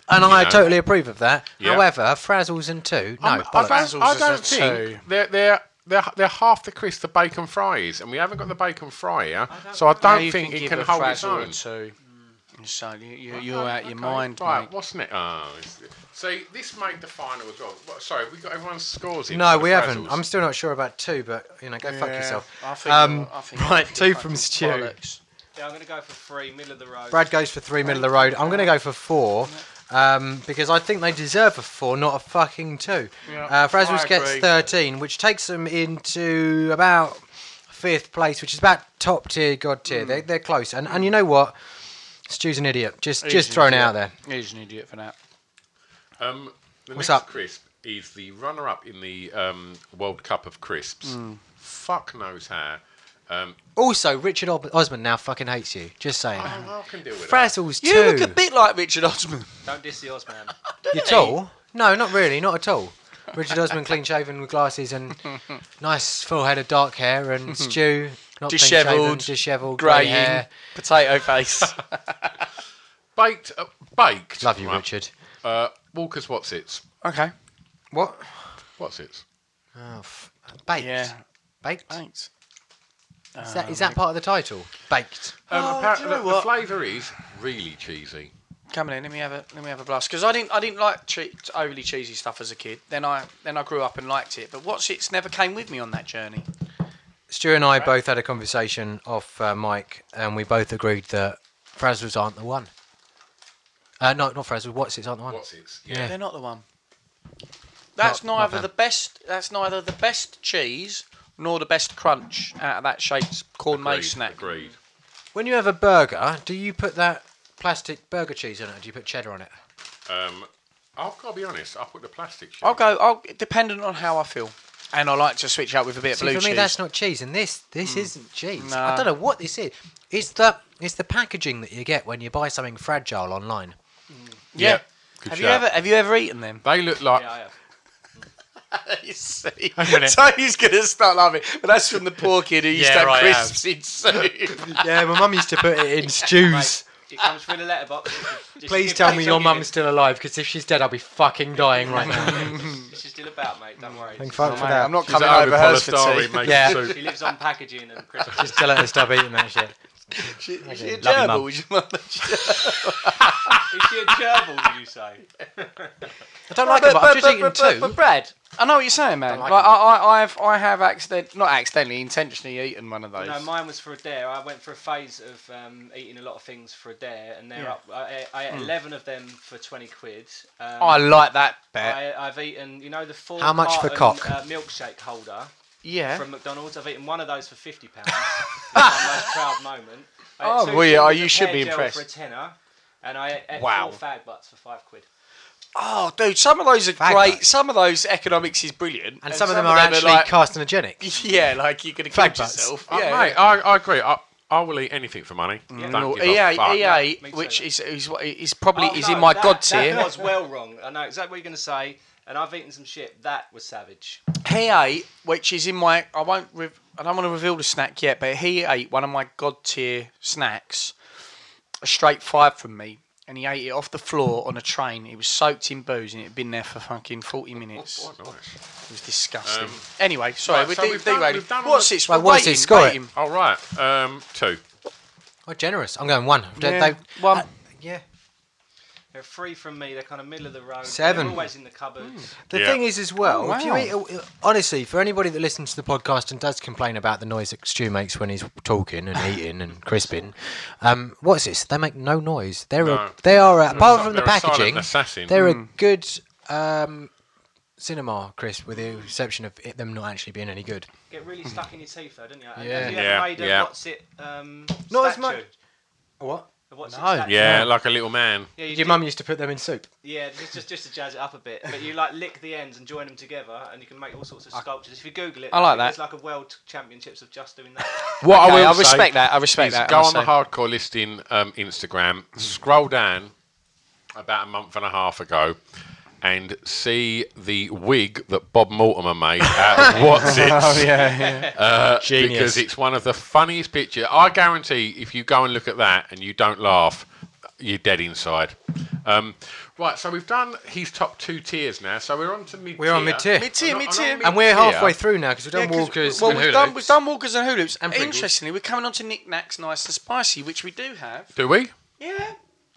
[SPEAKER 5] And I
[SPEAKER 2] know.
[SPEAKER 5] totally approve of that.
[SPEAKER 2] Yeah.
[SPEAKER 5] However, Frazzles and two, no,
[SPEAKER 2] I'm-
[SPEAKER 5] bollocks.
[SPEAKER 2] I don't, I
[SPEAKER 4] Frazzles is
[SPEAKER 2] don't
[SPEAKER 4] a
[SPEAKER 2] think
[SPEAKER 4] two.
[SPEAKER 2] they're, they're, they're, they're half the Chris the bacon fries, and we haven't got the bacon fry here, so I
[SPEAKER 4] How
[SPEAKER 2] don't
[SPEAKER 4] you
[SPEAKER 2] think it
[SPEAKER 4] give
[SPEAKER 2] can
[SPEAKER 4] a
[SPEAKER 2] hold its
[SPEAKER 4] frazzle
[SPEAKER 2] own.
[SPEAKER 4] a two? So you, you,
[SPEAKER 2] Okay,
[SPEAKER 4] you're out your
[SPEAKER 2] okay.
[SPEAKER 4] mind,
[SPEAKER 2] Right,
[SPEAKER 4] mate.
[SPEAKER 2] what's next? Oh, it's- see, this made the final as well. What, sorry, we got everyone's scores in.
[SPEAKER 5] No,
[SPEAKER 2] for the
[SPEAKER 5] we haven't.
[SPEAKER 2] Frazzles.
[SPEAKER 5] I'm still not sure about two, but you know, go fuck
[SPEAKER 4] Yeah,
[SPEAKER 5] yourself.
[SPEAKER 4] I think
[SPEAKER 5] Um,
[SPEAKER 4] you're- I think you're
[SPEAKER 5] right,
[SPEAKER 4] fucking
[SPEAKER 5] two from Stu.
[SPEAKER 4] bollocks.
[SPEAKER 6] Yeah, I'm going to go for three, middle of the road.
[SPEAKER 5] Brad goes for three, middle of the road. I'm going to go for four. Um, because I think they deserve a four, not a fucking two.
[SPEAKER 4] Yeah,
[SPEAKER 5] uh, Frazzles
[SPEAKER 4] I
[SPEAKER 5] gets
[SPEAKER 4] agree.
[SPEAKER 5] 13, which takes them into about fifth place, which is about top tier, god
[SPEAKER 4] Mm.
[SPEAKER 5] tier. They're, they're close. And and you know what? Stu's an idiot. Just
[SPEAKER 4] He's
[SPEAKER 5] just
[SPEAKER 4] an
[SPEAKER 5] thrown
[SPEAKER 4] idiot.
[SPEAKER 5] out there.
[SPEAKER 4] He's an idiot for that.
[SPEAKER 2] Um, the
[SPEAKER 5] What's
[SPEAKER 2] next
[SPEAKER 5] up?
[SPEAKER 2] crisp is the runner-up in the um, World Cup of crisps. Fuck knows how. Um,
[SPEAKER 5] Also, Richard Ob- Osman now fucking hates you. Just saying.
[SPEAKER 2] I, I can deal with that.
[SPEAKER 5] Frazzles
[SPEAKER 4] You
[SPEAKER 5] two.
[SPEAKER 4] look a bit like Richard Osman.
[SPEAKER 6] Don't diss the Osman.
[SPEAKER 5] You're tall? No, not really, not at all. Richard Osman, clean shaven with glasses and nice full head of dark hair, and Stew, not
[SPEAKER 4] Dishevelled,
[SPEAKER 5] dishevelled, grey
[SPEAKER 4] Grey
[SPEAKER 5] hair.
[SPEAKER 4] potato face.
[SPEAKER 2] Baked, uh, baked.
[SPEAKER 5] Love you,
[SPEAKER 2] right,
[SPEAKER 5] Richard.
[SPEAKER 2] Uh, Walker's what's its?
[SPEAKER 4] okay.
[SPEAKER 5] What?
[SPEAKER 2] What's its?
[SPEAKER 5] Oh, f- baked.
[SPEAKER 4] Yeah.
[SPEAKER 5] Baked.
[SPEAKER 4] Thanks.
[SPEAKER 5] Is that, is that part of the title? Baked.
[SPEAKER 2] Um,
[SPEAKER 4] Oh,
[SPEAKER 2] appar-
[SPEAKER 4] do you
[SPEAKER 2] the-
[SPEAKER 4] know
[SPEAKER 2] the
[SPEAKER 4] what?
[SPEAKER 2] flavour is really cheesy.
[SPEAKER 4] Come on in. Let me have a let me have a blast. Because I didn't I didn't like che- overly cheesy stuff as a kid. Then I then I grew up and liked it. But what's it's never came with me on that journey.
[SPEAKER 5] Stu and I both had a conversation off uh, mic, and we both agreed that Frazzles aren't the one. Uh, no, not Frazzles. What's it? Aren't the one.
[SPEAKER 2] What's its?
[SPEAKER 5] Yeah.
[SPEAKER 4] They're not the one. That's
[SPEAKER 5] Not- not
[SPEAKER 4] neither
[SPEAKER 5] them.
[SPEAKER 4] the best. That's neither the best cheese nor the best crunch out of that shaped corn
[SPEAKER 2] Agreed,
[SPEAKER 4] maze snack.
[SPEAKER 2] Agreed.
[SPEAKER 5] When you have a burger, do you put that plastic burger cheese on it, or do you put cheddar on it?
[SPEAKER 2] Um, I've got to be honest. I put the plastic.
[SPEAKER 4] I'll
[SPEAKER 2] cheese.
[SPEAKER 4] go. I'll dependent on how I feel, and I like to switch up with a bit
[SPEAKER 5] See,
[SPEAKER 4] of
[SPEAKER 5] for
[SPEAKER 4] blue
[SPEAKER 5] me,
[SPEAKER 4] cheese.
[SPEAKER 5] that's not cheese, Mm. and this this isn't cheese. I
[SPEAKER 4] No.
[SPEAKER 5] don't know what this is. It's the it's the packaging that you get when you buy something fragile online.
[SPEAKER 4] yeah.
[SPEAKER 2] Good
[SPEAKER 4] Have you
[SPEAKER 2] shout.
[SPEAKER 4] ever have you ever eaten them?
[SPEAKER 2] They look like.
[SPEAKER 6] Yeah, I have.
[SPEAKER 4] you see,
[SPEAKER 5] minute.
[SPEAKER 4] Tony's gonna start laughing, but that's from the poor kid who used
[SPEAKER 5] Yeah,
[SPEAKER 4] to have
[SPEAKER 5] right, I
[SPEAKER 4] crisps in soup.
[SPEAKER 5] yeah, my mum used to put it in stews.
[SPEAKER 6] Mate, it comes through the letterbox. It's
[SPEAKER 5] Please
[SPEAKER 6] just-
[SPEAKER 5] tell me your
[SPEAKER 6] it's all
[SPEAKER 5] mum's still alive, because if she's dead, I'll be fucking dying right now.
[SPEAKER 6] good. It's just still about, mate. Don't worry.
[SPEAKER 5] Thank
[SPEAKER 6] It's
[SPEAKER 5] fuck
[SPEAKER 6] all
[SPEAKER 5] for
[SPEAKER 6] right.
[SPEAKER 5] that.
[SPEAKER 4] I'm not
[SPEAKER 2] She's
[SPEAKER 4] coming
[SPEAKER 2] at home
[SPEAKER 4] over
[SPEAKER 2] with
[SPEAKER 4] her for
[SPEAKER 2] polystyrene
[SPEAKER 4] tea.
[SPEAKER 2] making
[SPEAKER 5] Yeah.
[SPEAKER 2] soup.
[SPEAKER 6] She lives on packaging and Christmas.
[SPEAKER 5] Just tell her to stop eating that shit.
[SPEAKER 4] She, she a
[SPEAKER 5] Love you, Mum.
[SPEAKER 4] gerbil, was your mum a gerbil?
[SPEAKER 6] Is she a gerbil, would you say?
[SPEAKER 5] I don't like it, but I've just eaten
[SPEAKER 4] But- but- but
[SPEAKER 5] two.
[SPEAKER 4] Brad, I know what you're saying, man.
[SPEAKER 5] like
[SPEAKER 4] Like,
[SPEAKER 5] it.
[SPEAKER 4] I, I, I have, I have accident, not accidentally, intentionally eaten one of those.
[SPEAKER 2] No, mine was for a dare. I went for a phase of um, eating a lot of things for a dare, and they're
[SPEAKER 5] Yeah. Hmm.
[SPEAKER 2] up. I, I ate eleven of them for twenty quid. Um,
[SPEAKER 4] I like that bet.
[SPEAKER 2] I, I've eaten, you know, the four.
[SPEAKER 5] How much for
[SPEAKER 2] carton, Uh,
[SPEAKER 5] cock?
[SPEAKER 2] milkshake holder
[SPEAKER 4] yeah.
[SPEAKER 2] from McDonald's. I've eaten one of those for fifty pounds. my most proud moment. I ate
[SPEAKER 4] Oh,
[SPEAKER 2] two
[SPEAKER 4] well, yeah,
[SPEAKER 2] bottles
[SPEAKER 4] you
[SPEAKER 2] of
[SPEAKER 4] should
[SPEAKER 2] hair
[SPEAKER 4] be
[SPEAKER 2] gel
[SPEAKER 4] impressed.
[SPEAKER 2] For a tenner, and I ate
[SPEAKER 4] Wow.
[SPEAKER 2] four fag butts for five quid.
[SPEAKER 4] oh, dude, some of those are
[SPEAKER 5] Fag
[SPEAKER 4] great.
[SPEAKER 5] butts.
[SPEAKER 4] Some of those economics is brilliant,
[SPEAKER 5] And, some, of them are actually
[SPEAKER 4] like-
[SPEAKER 5] carcinogenic.
[SPEAKER 4] yeah, like you could have
[SPEAKER 5] Fag
[SPEAKER 4] killed
[SPEAKER 5] butts.
[SPEAKER 4] yourself. Oh,
[SPEAKER 6] Uh,
[SPEAKER 4] yeah,
[SPEAKER 6] mate, I, I agree. I, I will eat anything for money. Don't
[SPEAKER 4] E
[SPEAKER 6] give a fuck.
[SPEAKER 4] EA,
[SPEAKER 2] Me
[SPEAKER 4] EA,
[SPEAKER 2] too.
[SPEAKER 4] which is is what is probably
[SPEAKER 2] Oh,
[SPEAKER 4] is
[SPEAKER 2] no,
[SPEAKER 4] in my
[SPEAKER 2] that-
[SPEAKER 4] god tier.
[SPEAKER 2] That was well wrong. I know exactly what you're going to say, and I've eaten some shit. That was savage.
[SPEAKER 4] He ate, which is in my. I won't. Re- I don't want to reveal the snack yet, but he ate one of my god tier snacks, a straight five from me, and he ate it off the floor on a train. It was soaked in booze, and it had been there for fucking forty minutes.
[SPEAKER 6] Oh, nice.
[SPEAKER 4] It was disgusting. anyway, sorry,
[SPEAKER 6] right,
[SPEAKER 4] we
[SPEAKER 6] so
[SPEAKER 4] did
[SPEAKER 6] we've done-
[SPEAKER 4] derailed.
[SPEAKER 6] we've done all
[SPEAKER 4] What's
[SPEAKER 6] the-
[SPEAKER 4] it?
[SPEAKER 5] Well, what's
[SPEAKER 4] Rate
[SPEAKER 5] it?
[SPEAKER 4] him,
[SPEAKER 5] Score
[SPEAKER 4] rate
[SPEAKER 5] it.
[SPEAKER 4] him.
[SPEAKER 6] All right, um, two.
[SPEAKER 5] Oh, generous. I'm going one. They-
[SPEAKER 4] Yeah,
[SPEAKER 5] they-
[SPEAKER 4] one.
[SPEAKER 5] uh, yeah.
[SPEAKER 2] They're free from me. They're kind of middle of the road.
[SPEAKER 5] Seven.
[SPEAKER 2] They're always in the cupboard.
[SPEAKER 5] The
[SPEAKER 6] Yeah.
[SPEAKER 5] thing is, as well,
[SPEAKER 4] Oh,
[SPEAKER 5] if you
[SPEAKER 4] wow.
[SPEAKER 5] eat, a- honestly, for anybody that listens to the podcast and does complain about the noise that Stu makes when he's talking and eating and crisping, um, what's this? They make no noise. They're a,
[SPEAKER 6] No.
[SPEAKER 5] they are a, apart
[SPEAKER 6] si-
[SPEAKER 5] from the
[SPEAKER 6] they're a silent
[SPEAKER 5] packaging,
[SPEAKER 6] assassin.
[SPEAKER 5] they're a good um, cinema crisp, with the exception of it, them not actually being any good.
[SPEAKER 2] Get really stuck in your teeth, though, don't you? And
[SPEAKER 5] Yeah.
[SPEAKER 2] Have you ever
[SPEAKER 6] Yeah,
[SPEAKER 2] made a
[SPEAKER 6] yeah.
[SPEAKER 2] what's it? Um,
[SPEAKER 5] Not as
[SPEAKER 2] statue?
[SPEAKER 5] much- What?
[SPEAKER 2] A What's
[SPEAKER 5] No.
[SPEAKER 2] it statue?
[SPEAKER 6] Yeah, like a little man.
[SPEAKER 2] Yeah, you
[SPEAKER 5] Your
[SPEAKER 2] do-
[SPEAKER 5] mum used to put them in soup.
[SPEAKER 2] yeah, just, just just to jazz it up a bit. But you like lick the ends and join them together, and you can make all sorts of sculptures. If you Google it,
[SPEAKER 4] I like
[SPEAKER 2] think There's
[SPEAKER 4] that.
[SPEAKER 2] like a world championships of just doing that.
[SPEAKER 6] What
[SPEAKER 4] Okay,
[SPEAKER 6] I will
[SPEAKER 4] I
[SPEAKER 6] say
[SPEAKER 4] respect that, I respect
[SPEAKER 6] is
[SPEAKER 4] that, I
[SPEAKER 6] Go
[SPEAKER 4] must
[SPEAKER 6] on the
[SPEAKER 4] say.
[SPEAKER 6] hardcore listing um, Instagram. Scroll down about a month and a half ago. And see the wig that Bob Mortimer made out of What's It.
[SPEAKER 4] Oh,
[SPEAKER 5] yeah, yeah. Genius.
[SPEAKER 6] Because it's one of the funniest pictures. I guarantee if you go and look at that and you don't laugh, you're dead inside. Um, right, so we've done his top two tiers now. So we're on to mid tier.
[SPEAKER 5] We're on mid-tier.
[SPEAKER 4] Mid-tier, mid-tier.
[SPEAKER 5] and we're halfway through now because we've done
[SPEAKER 4] Yeah, 'cause-
[SPEAKER 5] Walkers
[SPEAKER 4] well,
[SPEAKER 5] and
[SPEAKER 4] we've
[SPEAKER 5] Hulu.
[SPEAKER 4] done we've done walkers and hoops. And
[SPEAKER 6] Pringles.
[SPEAKER 4] interestingly, we're coming on to knickknacks, nice and spicy, which we do have.
[SPEAKER 6] Do we?
[SPEAKER 4] Yeah,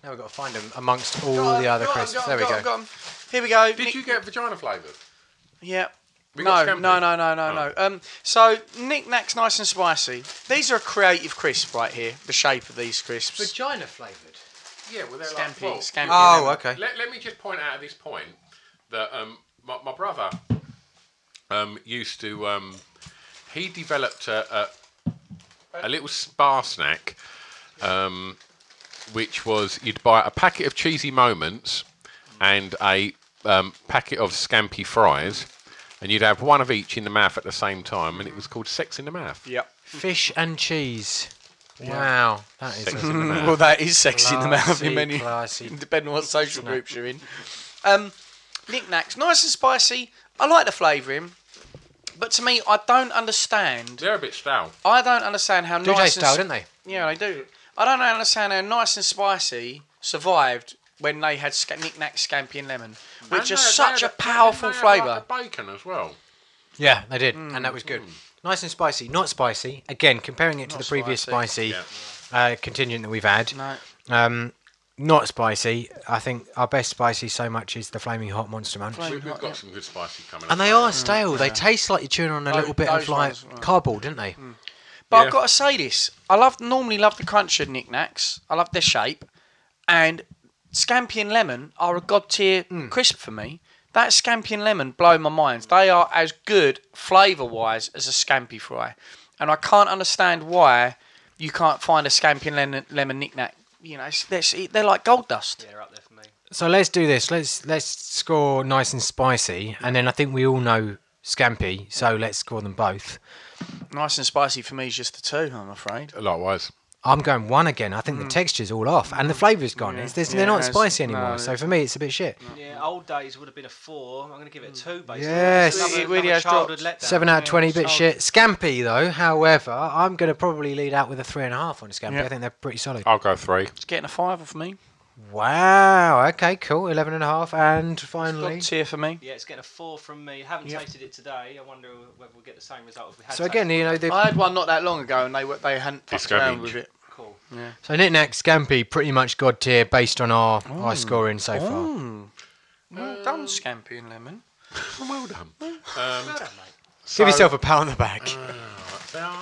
[SPEAKER 5] Now we've got to find them amongst all
[SPEAKER 4] Got 'em,
[SPEAKER 5] the other
[SPEAKER 4] got 'em,
[SPEAKER 5] crisps.
[SPEAKER 4] got 'em,
[SPEAKER 5] there we
[SPEAKER 4] got 'em,
[SPEAKER 5] go.
[SPEAKER 4] got 'em. Here we go.
[SPEAKER 6] Did
[SPEAKER 4] Nick-
[SPEAKER 6] you get vagina flavoured?
[SPEAKER 4] Yeah.
[SPEAKER 6] We
[SPEAKER 4] No,
[SPEAKER 6] got Oh.
[SPEAKER 4] no,
[SPEAKER 6] scampi.
[SPEAKER 4] no, no, no, no. Um, so knickknacks, nice and spicy. These are a creative crisp right here. The shape of these crisps.
[SPEAKER 5] Vagina flavoured.
[SPEAKER 6] Yeah, well, they're like,
[SPEAKER 4] Scampi,
[SPEAKER 6] well,
[SPEAKER 4] scampi.
[SPEAKER 5] Oh,
[SPEAKER 4] lemon.
[SPEAKER 5] okay.
[SPEAKER 6] Let, let me just point out at this point that um, my, my brother um, used to um, he developed a, a, a little spa snack, um, which was you'd buy a packet of cheesy moments and a um, packet of scampi fries, and you'd have one of each in the mouth at the same time, and it was called Sex in the Mouth.
[SPEAKER 4] Yep.
[SPEAKER 5] Fish and cheese. Wow, that is
[SPEAKER 6] Sex
[SPEAKER 5] a
[SPEAKER 6] in the
[SPEAKER 4] Well,
[SPEAKER 6] Mouth.
[SPEAKER 4] that is sex in the mouth
[SPEAKER 5] classy,
[SPEAKER 4] in many.
[SPEAKER 5] classy.
[SPEAKER 4] Depending on what social groups you're in. Um, knickknacks, nice and spicy. I like the flavouring, but to me, I don't understand.
[SPEAKER 6] They're a bit stale.
[SPEAKER 4] I don't understand how
[SPEAKER 5] Do
[SPEAKER 4] nice
[SPEAKER 5] taste style,
[SPEAKER 4] and
[SPEAKER 5] didn't they?
[SPEAKER 4] Yeah, they do. I don't understand how nice and spicy survived when they had sc- knick-knack, scampi, and lemon, which
[SPEAKER 6] And
[SPEAKER 4] is
[SPEAKER 6] they-
[SPEAKER 4] such
[SPEAKER 6] they
[SPEAKER 4] a
[SPEAKER 6] had they-
[SPEAKER 4] powerful
[SPEAKER 6] they had, like,
[SPEAKER 4] flavour.
[SPEAKER 6] the bacon as well.
[SPEAKER 5] Yeah, they did, and
[SPEAKER 4] Mm.
[SPEAKER 5] that was good. Nice and spicy, not spicy. Again, comparing it to the previous spicy,
[SPEAKER 4] spicy.
[SPEAKER 5] uh, contingent that we've had.
[SPEAKER 4] No.
[SPEAKER 5] Um, not spicy. I think our best spicy so much is the flaming hot monster munch.
[SPEAKER 6] We, we've got some good spicy coming. up.
[SPEAKER 5] And they are stale. They taste like you're chewing on a
[SPEAKER 4] Mm, Those-
[SPEAKER 5] little bit of
[SPEAKER 4] those
[SPEAKER 5] like
[SPEAKER 4] ones, Mm. right.
[SPEAKER 5] cardboard, didn't they?
[SPEAKER 4] But
[SPEAKER 6] Yeah.
[SPEAKER 4] I've got to say this: I love normally love the crunch of knickknacks. I love their shape, and scampi and lemon are a god tier crisp for me. That scampi and lemon blow my mind. They are as good flavour wise as a scampi fry, and I can't understand why you can't find a scampi and lemon, lemon knickknack. You know, it's, it's, they're like gold dust.
[SPEAKER 2] They're up there for me.
[SPEAKER 5] So let's do this. Let's let's score nice and spicy, and then I think we all know scampi. So let's score them both.
[SPEAKER 4] Nice and spicy for me is just the two. I'm afraid.
[SPEAKER 6] Likewise.
[SPEAKER 5] I'm going one again. I think the texture's all off and the flavour's gone. It's, there's,
[SPEAKER 4] Mm. Yeah,
[SPEAKER 5] they're not
[SPEAKER 4] it's- Mm.
[SPEAKER 5] spicy anymore.
[SPEAKER 4] no,
[SPEAKER 5] so for me, it's a bit shit.
[SPEAKER 2] Yeah, old days would have been a four. I'm going to give it a two, basically.
[SPEAKER 5] Yes.
[SPEAKER 2] Another-
[SPEAKER 4] It really
[SPEAKER 2] another
[SPEAKER 4] has
[SPEAKER 2] childhood
[SPEAKER 4] dropped.
[SPEAKER 2] letdown.
[SPEAKER 5] Seven out of
[SPEAKER 2] Yeah,
[SPEAKER 5] twenty, bit
[SPEAKER 2] child-
[SPEAKER 5] shit. Scampi though, however, I'm going to probably lead out with a three and a half on scampi.
[SPEAKER 4] Yeah.
[SPEAKER 5] I think they're pretty solid.
[SPEAKER 6] I'll go three.
[SPEAKER 4] It's getting a five off me.
[SPEAKER 5] Wow. Okay. Cool. Eleven and a half, and finally.
[SPEAKER 4] God tier for me.
[SPEAKER 2] Yeah, it's getting a four from me. Haven't tasted it today. I wonder whether we'll get the same result if we had.
[SPEAKER 5] So again, you know,
[SPEAKER 4] I
[SPEAKER 5] the,
[SPEAKER 4] had one not that long ago, and they were, they hadn't fucked
[SPEAKER 6] Disco
[SPEAKER 4] around
[SPEAKER 6] binge.
[SPEAKER 4] with it.
[SPEAKER 2] cool.
[SPEAKER 5] so knick-knack scampi pretty much god tier based on our our scoring so far.
[SPEAKER 4] Mm. Well done, scampi and lemon.
[SPEAKER 6] well done. Um,
[SPEAKER 5] Give yourself a pat on the back.
[SPEAKER 6] now,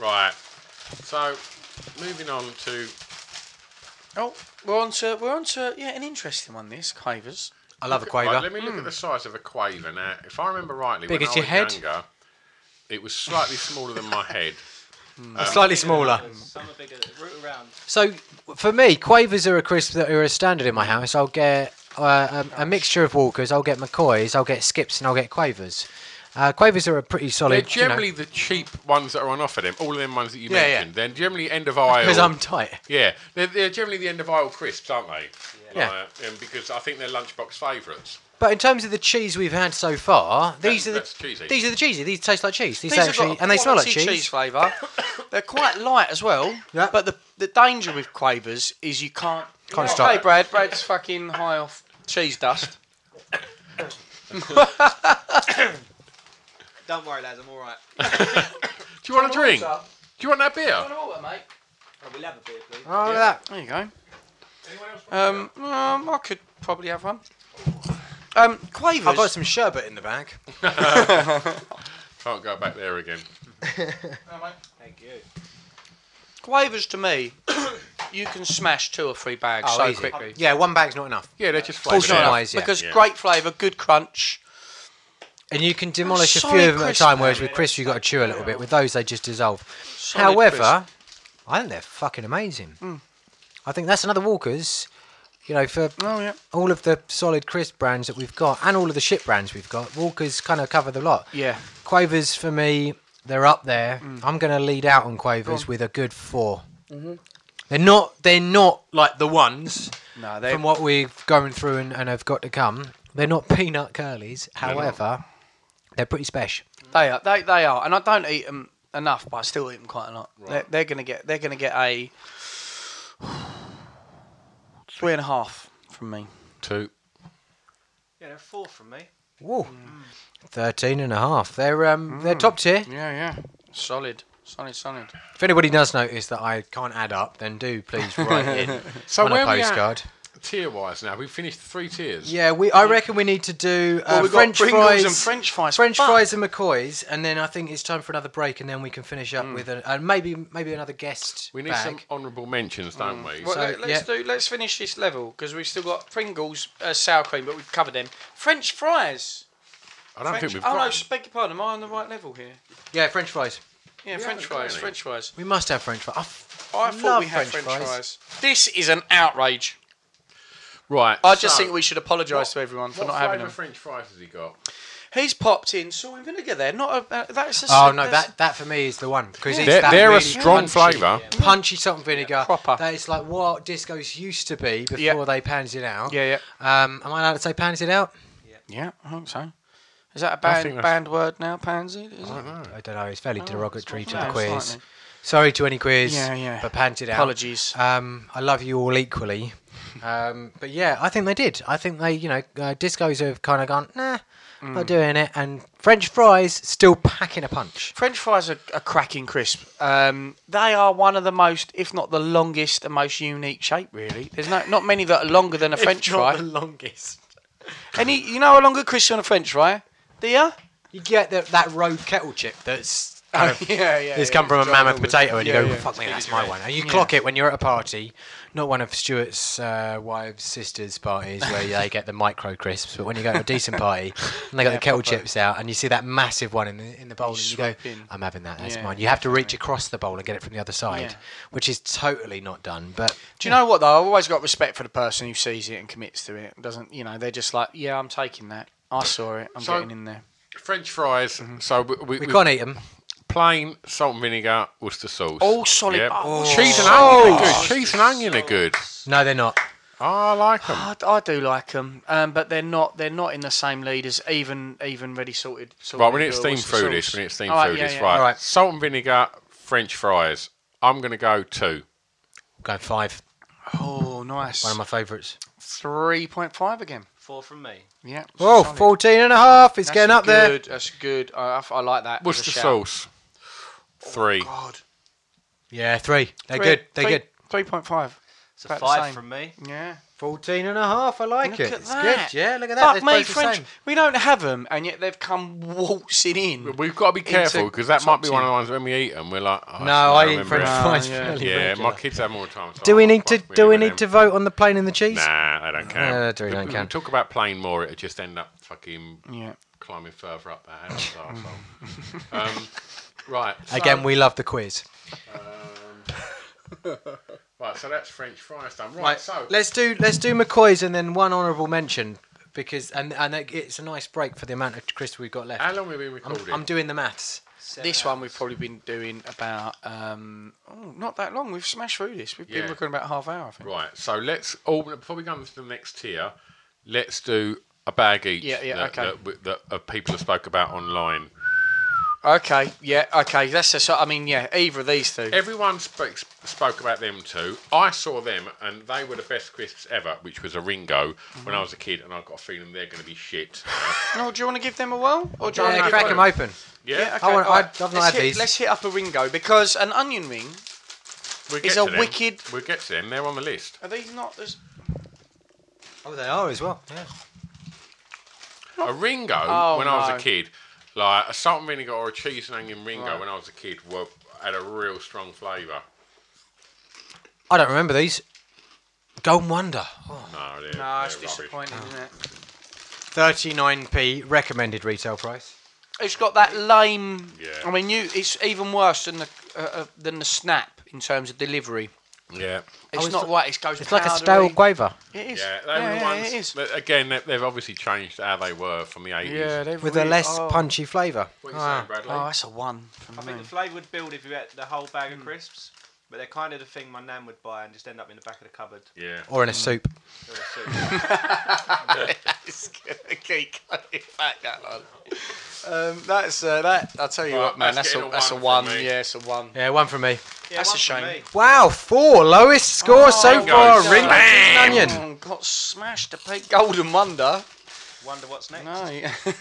[SPEAKER 6] right. So, moving on to
[SPEAKER 4] Oh, we're on to we're on to yeah an interesting one. This quavers.
[SPEAKER 5] I love a
[SPEAKER 6] Right,
[SPEAKER 5] quaver.
[SPEAKER 6] let me look at the size of a quaver now. If I remember rightly,
[SPEAKER 5] Big
[SPEAKER 6] when
[SPEAKER 5] as
[SPEAKER 6] I
[SPEAKER 5] your
[SPEAKER 6] was
[SPEAKER 5] head?
[SPEAKER 6] younger, it was slightly smaller than my head.
[SPEAKER 5] Slightly smaller.
[SPEAKER 7] Some are bigger. Root around.
[SPEAKER 5] So for me, quavers are a crisp that are a standard in my house. I'll get uh, um, a mixture of Walkers. I'll get McCoys. I'll get Skips, and I'll get quavers. Uh, quavers are a pretty
[SPEAKER 6] They're
[SPEAKER 5] solid.
[SPEAKER 6] generally the cheap ones that are on offer. Them all of them ones that you
[SPEAKER 4] Yeah, yeah.
[SPEAKER 6] mentioned. They're generally end of aisle.
[SPEAKER 5] because I'm tight.
[SPEAKER 6] yeah, they're, they're generally the end of aisle crisps, aren't they?
[SPEAKER 5] Yeah.
[SPEAKER 6] Like, um, because I think they're lunchbox favourites.
[SPEAKER 5] But in terms of the cheese we've had so far, these are the
[SPEAKER 6] that's cheesy.
[SPEAKER 5] these are the cheesy. These taste like cheese. These,
[SPEAKER 4] These have
[SPEAKER 5] actually
[SPEAKER 4] got a
[SPEAKER 5] and they smell like
[SPEAKER 4] quality
[SPEAKER 5] cheese.
[SPEAKER 4] flavour. They're quite light as well.
[SPEAKER 5] Yeah.
[SPEAKER 4] But the the danger with quavers is you can't.
[SPEAKER 5] Can't
[SPEAKER 4] Hey,
[SPEAKER 5] stop.
[SPEAKER 4] Brad. Brad's fucking high off cheese dust.
[SPEAKER 7] Don't worry, lads. I'm all right.
[SPEAKER 6] Do you want a drink? Do you want that beer?
[SPEAKER 4] mate.
[SPEAKER 7] Oh, we'll have a beer, please.
[SPEAKER 5] Oh, look at that.
[SPEAKER 4] There you go. Um, um, I could probably have one. Um, quavers.
[SPEAKER 5] I've got some sherbet in the bag.
[SPEAKER 6] Can't go back there again.
[SPEAKER 7] Thank you.
[SPEAKER 4] Quavers to me, you can smash two or three bags
[SPEAKER 5] Oh,
[SPEAKER 4] so
[SPEAKER 5] easy.
[SPEAKER 4] quickly.
[SPEAKER 5] Yeah, one bag's not enough.
[SPEAKER 6] Yeah, they're just
[SPEAKER 5] course
[SPEAKER 6] flavoured.
[SPEAKER 5] not.
[SPEAKER 6] out.
[SPEAKER 5] Nice, yeah.
[SPEAKER 4] Because
[SPEAKER 6] Yeah.
[SPEAKER 4] great flavour, good crunch.
[SPEAKER 5] And you can demolish a
[SPEAKER 4] solid
[SPEAKER 5] few of them at a
[SPEAKER 4] crisp,
[SPEAKER 5] time, whereas
[SPEAKER 4] though.
[SPEAKER 5] with crisps you've got to chew a little bit. With those, they just dissolve.
[SPEAKER 4] Solid Hmm.
[SPEAKER 5] However, I think they're fucking amazing. I think that's another Walker's. You know, for
[SPEAKER 4] Oh, yeah.
[SPEAKER 5] all of the solid crisp brands that we've got, and all of the shit brands we've got, Walker's kind of cover the lot.
[SPEAKER 4] Yeah. Hmm.
[SPEAKER 5] Quavers for me, they're up there. I'm going to lead out on Quavers with a good 4 they They're not. They're not like the ones
[SPEAKER 4] No, they.
[SPEAKER 5] from what we've gone through and, and have got to come. They're not peanut curlies. However, they're pretty special.
[SPEAKER 4] They are. They, they are. And I don't eat them enough, but I still eat them quite a lot. They're, they're gonna get. They're gonna get a three and a half from me.
[SPEAKER 6] Two.
[SPEAKER 7] Yeah, they're four from me.
[SPEAKER 5] Whoa. 13 and a half. They're,
[SPEAKER 4] Mm.
[SPEAKER 5] um, they're top tier.
[SPEAKER 4] Yeah, yeah. Solid. Solid. Solid.
[SPEAKER 5] If anybody does notice that I can't add up, then do please write in
[SPEAKER 6] So
[SPEAKER 5] on
[SPEAKER 6] where
[SPEAKER 5] a
[SPEAKER 6] we at?
[SPEAKER 5] postcard.
[SPEAKER 6] Tier wise now, we've finished three tiers.
[SPEAKER 5] Yeah, we. I reckon we need to do uh,
[SPEAKER 4] Well, we've got
[SPEAKER 5] French
[SPEAKER 4] Pringles
[SPEAKER 5] fries
[SPEAKER 4] and French fries.
[SPEAKER 5] French
[SPEAKER 4] Fuck.
[SPEAKER 5] fries and McCoys, and then I think it's time for another break, and then we can finish
[SPEAKER 4] Mm.
[SPEAKER 5] up with a, and maybe maybe another guest.
[SPEAKER 6] We need
[SPEAKER 5] bag.
[SPEAKER 6] some honourable mentions, don't we?
[SPEAKER 4] Well,
[SPEAKER 5] So,
[SPEAKER 4] let, us
[SPEAKER 5] yeah.
[SPEAKER 4] do. Let's finish this level because we've still got Pringles, uh, sour cream, but we've covered them. French fries.
[SPEAKER 6] I don't
[SPEAKER 4] French,
[SPEAKER 6] think we've
[SPEAKER 4] oh
[SPEAKER 6] got.
[SPEAKER 4] no,
[SPEAKER 6] them.
[SPEAKER 4] s- beg your pardon. Am I on the right level here?
[SPEAKER 5] Yeah, French fries.
[SPEAKER 4] Yeah, French
[SPEAKER 6] haven't got
[SPEAKER 4] fries.
[SPEAKER 6] any.
[SPEAKER 4] French fries.
[SPEAKER 5] We must have French fries. I, f-
[SPEAKER 4] I
[SPEAKER 5] love
[SPEAKER 4] thought we had
[SPEAKER 5] French
[SPEAKER 4] French,
[SPEAKER 5] fries.
[SPEAKER 4] fries. This is an outrage.
[SPEAKER 6] Right.
[SPEAKER 4] I just
[SPEAKER 6] so,
[SPEAKER 4] think we should apologise to everyone for
[SPEAKER 6] what
[SPEAKER 4] not
[SPEAKER 6] flavour
[SPEAKER 4] having them.
[SPEAKER 6] French fries has he got?
[SPEAKER 4] He's popped in salt and vinegar there. Not a. Uh, that's a.
[SPEAKER 5] Oh no,
[SPEAKER 4] that's-
[SPEAKER 5] that that for me is the one because
[SPEAKER 6] They're-
[SPEAKER 5] that
[SPEAKER 6] they're a
[SPEAKER 5] really
[SPEAKER 6] strong
[SPEAKER 5] punchy-
[SPEAKER 6] flavour.
[SPEAKER 5] punchy salt and vinegar.
[SPEAKER 4] proper.
[SPEAKER 5] That is like what discos used to be before
[SPEAKER 4] Yeah.
[SPEAKER 5] they pans it out.
[SPEAKER 4] Yeah, yeah.
[SPEAKER 5] Um, am I allowed to say pans it out?
[SPEAKER 4] Yeah, I hope so. Is that a
[SPEAKER 6] think
[SPEAKER 4] banned
[SPEAKER 6] that's-
[SPEAKER 4] banned word now, Pansy? Is it?
[SPEAKER 5] I don't know. It's fairly derogatory to the
[SPEAKER 4] Yeah,
[SPEAKER 5] quiz.
[SPEAKER 4] Oh, slightly.
[SPEAKER 5] Sorry to any queers
[SPEAKER 4] Yeah, yeah.
[SPEAKER 5] for panted out.
[SPEAKER 4] Apologies.
[SPEAKER 5] Um, I love you all equally. Um, but yeah, I think they did. I think they, you know, uh, discos have kind of gone, nah, not
[SPEAKER 4] Mm.
[SPEAKER 5] doing it. And French fries still packing a punch.
[SPEAKER 4] French fries are, are cracking crisp. Um, they are one of the most, if not the longest, and most unique shape. Really, there's no, not many that are longer than a
[SPEAKER 5] If
[SPEAKER 4] French
[SPEAKER 5] not
[SPEAKER 4] fry.
[SPEAKER 5] the longest.
[SPEAKER 4] Any, you know, how long a crisp on a French fry? Do you?
[SPEAKER 5] You get the, that rogue kettle chip that's.
[SPEAKER 4] Oh,
[SPEAKER 5] kind of-
[SPEAKER 4] yeah, yeah.
[SPEAKER 5] It's
[SPEAKER 4] yeah.
[SPEAKER 5] come from a
[SPEAKER 4] Giant
[SPEAKER 5] mammoth
[SPEAKER 4] organ.
[SPEAKER 5] potato, and
[SPEAKER 4] Yeah,
[SPEAKER 5] you go,
[SPEAKER 4] yeah.
[SPEAKER 5] "Fuck me,
[SPEAKER 4] Big
[SPEAKER 5] that's
[SPEAKER 4] as
[SPEAKER 5] my
[SPEAKER 4] your
[SPEAKER 5] one."
[SPEAKER 4] head.
[SPEAKER 5] And you
[SPEAKER 4] Yeah.
[SPEAKER 5] clock it when you're at a party, not one of Stuart's uh, wives' sisters' parties where they get the micro crisps, but when you go to a decent party and they got
[SPEAKER 4] Yeah,
[SPEAKER 5] the kettle
[SPEAKER 4] proper.
[SPEAKER 5] chips out, and you see that massive one in the, in the bowl, and you go,
[SPEAKER 4] swap in.
[SPEAKER 5] "I'm having that. That's
[SPEAKER 4] Yeah,
[SPEAKER 5] mine." You have to reach across the bowl and get it from the other side,
[SPEAKER 4] Yeah.
[SPEAKER 5] which is totally not done. But
[SPEAKER 4] Do you know what though? I've always got respect for the person who sees it and commits to it. Doesn't you know? They're just like, yeah, I'm taking that. I saw it. I'm
[SPEAKER 2] So-
[SPEAKER 4] getting in there.
[SPEAKER 2] French fries. So we, we,
[SPEAKER 5] we can't eat them.
[SPEAKER 2] Plain salt and vinegar, Worcester sauce.
[SPEAKER 5] All solid-
[SPEAKER 2] Yep.
[SPEAKER 5] oh,
[SPEAKER 2] cheese and
[SPEAKER 5] solid
[SPEAKER 2] onion are
[SPEAKER 5] sauce.
[SPEAKER 2] good. Cheese and onion are good.
[SPEAKER 5] No, they're not.
[SPEAKER 2] I like them.
[SPEAKER 4] I, I do like them, um, but they're not. They're not in the same lead as even even ready sorted. sorted
[SPEAKER 2] Right, we need to
[SPEAKER 4] or
[SPEAKER 2] steam
[SPEAKER 4] Worcester
[SPEAKER 2] through this.
[SPEAKER 4] sauce.
[SPEAKER 2] We need to steam
[SPEAKER 4] All right,
[SPEAKER 2] through
[SPEAKER 4] yeah,
[SPEAKER 2] this.
[SPEAKER 4] yeah.
[SPEAKER 2] Right.
[SPEAKER 4] All right.
[SPEAKER 2] Salt and vinegar, French fries. I'm going to go two.
[SPEAKER 5] Go five.
[SPEAKER 4] Oh, nice.
[SPEAKER 5] One of my favourites.
[SPEAKER 4] Three point five again.
[SPEAKER 6] Four from me.
[SPEAKER 4] Yeah.
[SPEAKER 5] Oh,
[SPEAKER 4] solid.
[SPEAKER 5] 14 and a half. It's
[SPEAKER 4] That's
[SPEAKER 5] getting up there.
[SPEAKER 4] good, That's good. I, I- I like that. as a
[SPEAKER 2] Worcester
[SPEAKER 4] shout.
[SPEAKER 2] sauce. Three.
[SPEAKER 5] Oh,
[SPEAKER 4] God.
[SPEAKER 5] Yeah, three. They're
[SPEAKER 4] Three-
[SPEAKER 5] good. They're
[SPEAKER 4] three-
[SPEAKER 5] good.
[SPEAKER 4] 3.5. It's
[SPEAKER 5] a five
[SPEAKER 6] from me.
[SPEAKER 4] Yeah.
[SPEAKER 5] 14 and a half. I like
[SPEAKER 4] Look
[SPEAKER 5] it.
[SPEAKER 4] at
[SPEAKER 5] it's
[SPEAKER 4] that.
[SPEAKER 5] good. Yeah, look at
[SPEAKER 4] Fuck
[SPEAKER 5] that. They're
[SPEAKER 4] me,
[SPEAKER 5] both the
[SPEAKER 4] French.
[SPEAKER 5] same.
[SPEAKER 4] We don't have them, and yet they've come waltzing in.
[SPEAKER 2] We've got to be careful because that might be one of the ones when we eat them. We're like, oh,
[SPEAKER 5] No,
[SPEAKER 2] that's not-
[SPEAKER 5] I eat
[SPEAKER 2] remember
[SPEAKER 5] French
[SPEAKER 2] it.
[SPEAKER 5] fries
[SPEAKER 2] Yeah,
[SPEAKER 5] fairly
[SPEAKER 2] yeah my
[SPEAKER 5] regular.
[SPEAKER 2] kids have them all the time. so
[SPEAKER 5] Do we
[SPEAKER 2] I'm
[SPEAKER 5] need
[SPEAKER 2] quite
[SPEAKER 5] to do we
[SPEAKER 2] with
[SPEAKER 5] need
[SPEAKER 2] them.
[SPEAKER 5] to vote on the plane and the cheese?
[SPEAKER 2] Nah, I don't care.
[SPEAKER 5] Uh, do we
[SPEAKER 2] If
[SPEAKER 5] don't
[SPEAKER 2] we
[SPEAKER 5] care.
[SPEAKER 2] talk about playing more, it'd just end up fucking
[SPEAKER 4] Yeah.
[SPEAKER 2] climbing further up that house. um, right. so-
[SPEAKER 5] Again, we love the quiz.
[SPEAKER 2] Um, right, so that's French fries done. Right,
[SPEAKER 5] Right,
[SPEAKER 2] so
[SPEAKER 5] let's do let's do McCoy's and then one honourable mention because and and it- it's a nice break for the amount of crisps we've got left.
[SPEAKER 2] How long have we been
[SPEAKER 5] I'm-
[SPEAKER 2] recording?
[SPEAKER 5] I'm, doing the maths.
[SPEAKER 4] This one we've probably been doing about um, oh, not that long. We've smashed through this. We've
[SPEAKER 2] Yeah.
[SPEAKER 4] been recording about half hour, I think.
[SPEAKER 2] Right, so let's all before we come to the next tier, let's do a bag each.
[SPEAKER 4] Yeah, yeah,
[SPEAKER 2] that,
[SPEAKER 4] okay.
[SPEAKER 2] That, we- that, uh, people have spoke about online.
[SPEAKER 4] Okay, yeah, okay. That's a, so. I mean, yeah, either of these two.
[SPEAKER 2] Everyone spoke spoke about them too. I saw them, and they were the best crisps ever, which was a Ringo
[SPEAKER 4] Mm-hmm.
[SPEAKER 2] when I was a kid, and I got a feeling they're going to be shit.
[SPEAKER 4] No, Oh, do you want to give them a whirl, or do you
[SPEAKER 5] Yeah,
[SPEAKER 4] want to
[SPEAKER 5] crack 'em open.
[SPEAKER 2] Yeah,
[SPEAKER 4] Yeah, okay.
[SPEAKER 5] I want-
[SPEAKER 4] all right.
[SPEAKER 5] I've not
[SPEAKER 4] let's
[SPEAKER 5] had
[SPEAKER 4] hit,
[SPEAKER 5] these.
[SPEAKER 4] Let's hit up a Ringo because an onion ring.
[SPEAKER 2] We'll get
[SPEAKER 4] It's a
[SPEAKER 2] to them.
[SPEAKER 4] wicked-
[SPEAKER 2] We'll get to them. They're on the list.
[SPEAKER 4] Are these not? There's,
[SPEAKER 5] Oh, they are as well. Yeah.
[SPEAKER 2] A Ringo
[SPEAKER 4] Oh,
[SPEAKER 2] when I was
[SPEAKER 4] no.
[SPEAKER 2] a kid, like a salt and vinegar or a cheese and onion Ringo
[SPEAKER 4] Right.
[SPEAKER 2] when I was a kid, were, had a real strong flavour.
[SPEAKER 5] I don't remember these. Golden Wonder.
[SPEAKER 2] No, they're,
[SPEAKER 4] no, Ah, it's
[SPEAKER 2] they're rubbish.
[SPEAKER 4] disappointing, isn't it?
[SPEAKER 5] 39p recommended retail price.
[SPEAKER 4] It's got that lame.
[SPEAKER 2] Yeah.
[SPEAKER 4] I mean, you. It's even worse than the uh, uh, than the snap in terms of delivery.
[SPEAKER 2] Yeah.
[SPEAKER 4] It's
[SPEAKER 5] Oh, it's
[SPEAKER 4] not
[SPEAKER 5] li-
[SPEAKER 4] right. It goes.
[SPEAKER 5] It's like a stale
[SPEAKER 4] powdery.
[SPEAKER 5] guava.
[SPEAKER 4] It is.
[SPEAKER 2] Yeah,
[SPEAKER 4] Yeah,
[SPEAKER 2] they were the
[SPEAKER 4] yeah,
[SPEAKER 2] ones.
[SPEAKER 4] it is.
[SPEAKER 2] that- again, they- they've obviously changed how they were from the 80s.
[SPEAKER 4] Yeah, they've
[SPEAKER 5] with a
[SPEAKER 4] really-
[SPEAKER 5] less
[SPEAKER 4] oh.
[SPEAKER 5] punchy flavour. Ah.
[SPEAKER 2] What are you saying, Bradley?
[SPEAKER 4] Oh, that's a one. For
[SPEAKER 6] I
[SPEAKER 4] me.
[SPEAKER 6] think the flavour would build if you ate the whole bag of crisps, but they're kind of the thing my nan would buy and just end up in the back of the cupboard.
[SPEAKER 2] yeah.
[SPEAKER 5] Or in a soup.
[SPEAKER 6] Or a soup.
[SPEAKER 4] that's gonna keep going back that one. Um, that's uh, that. I'll tell you
[SPEAKER 2] Right,
[SPEAKER 4] what, man.
[SPEAKER 2] that's
[SPEAKER 4] That's,
[SPEAKER 2] getting
[SPEAKER 4] a
[SPEAKER 2] a
[SPEAKER 4] that's a
[SPEAKER 2] one
[SPEAKER 4] one.
[SPEAKER 2] from me.
[SPEAKER 4] Yeah, it's a one.
[SPEAKER 5] Yeah, one from me.
[SPEAKER 6] Yeah, one
[SPEAKER 4] That's a
[SPEAKER 6] for
[SPEAKER 4] shame.
[SPEAKER 6] me.
[SPEAKER 5] Wow, four lowest score so
[SPEAKER 2] Ringo's.
[SPEAKER 5] far. Ringo
[SPEAKER 2] Bam!
[SPEAKER 5] onion.
[SPEAKER 4] Oh, got smashed. A big golden wonder.
[SPEAKER 6] Wonder what's next.
[SPEAKER 4] No.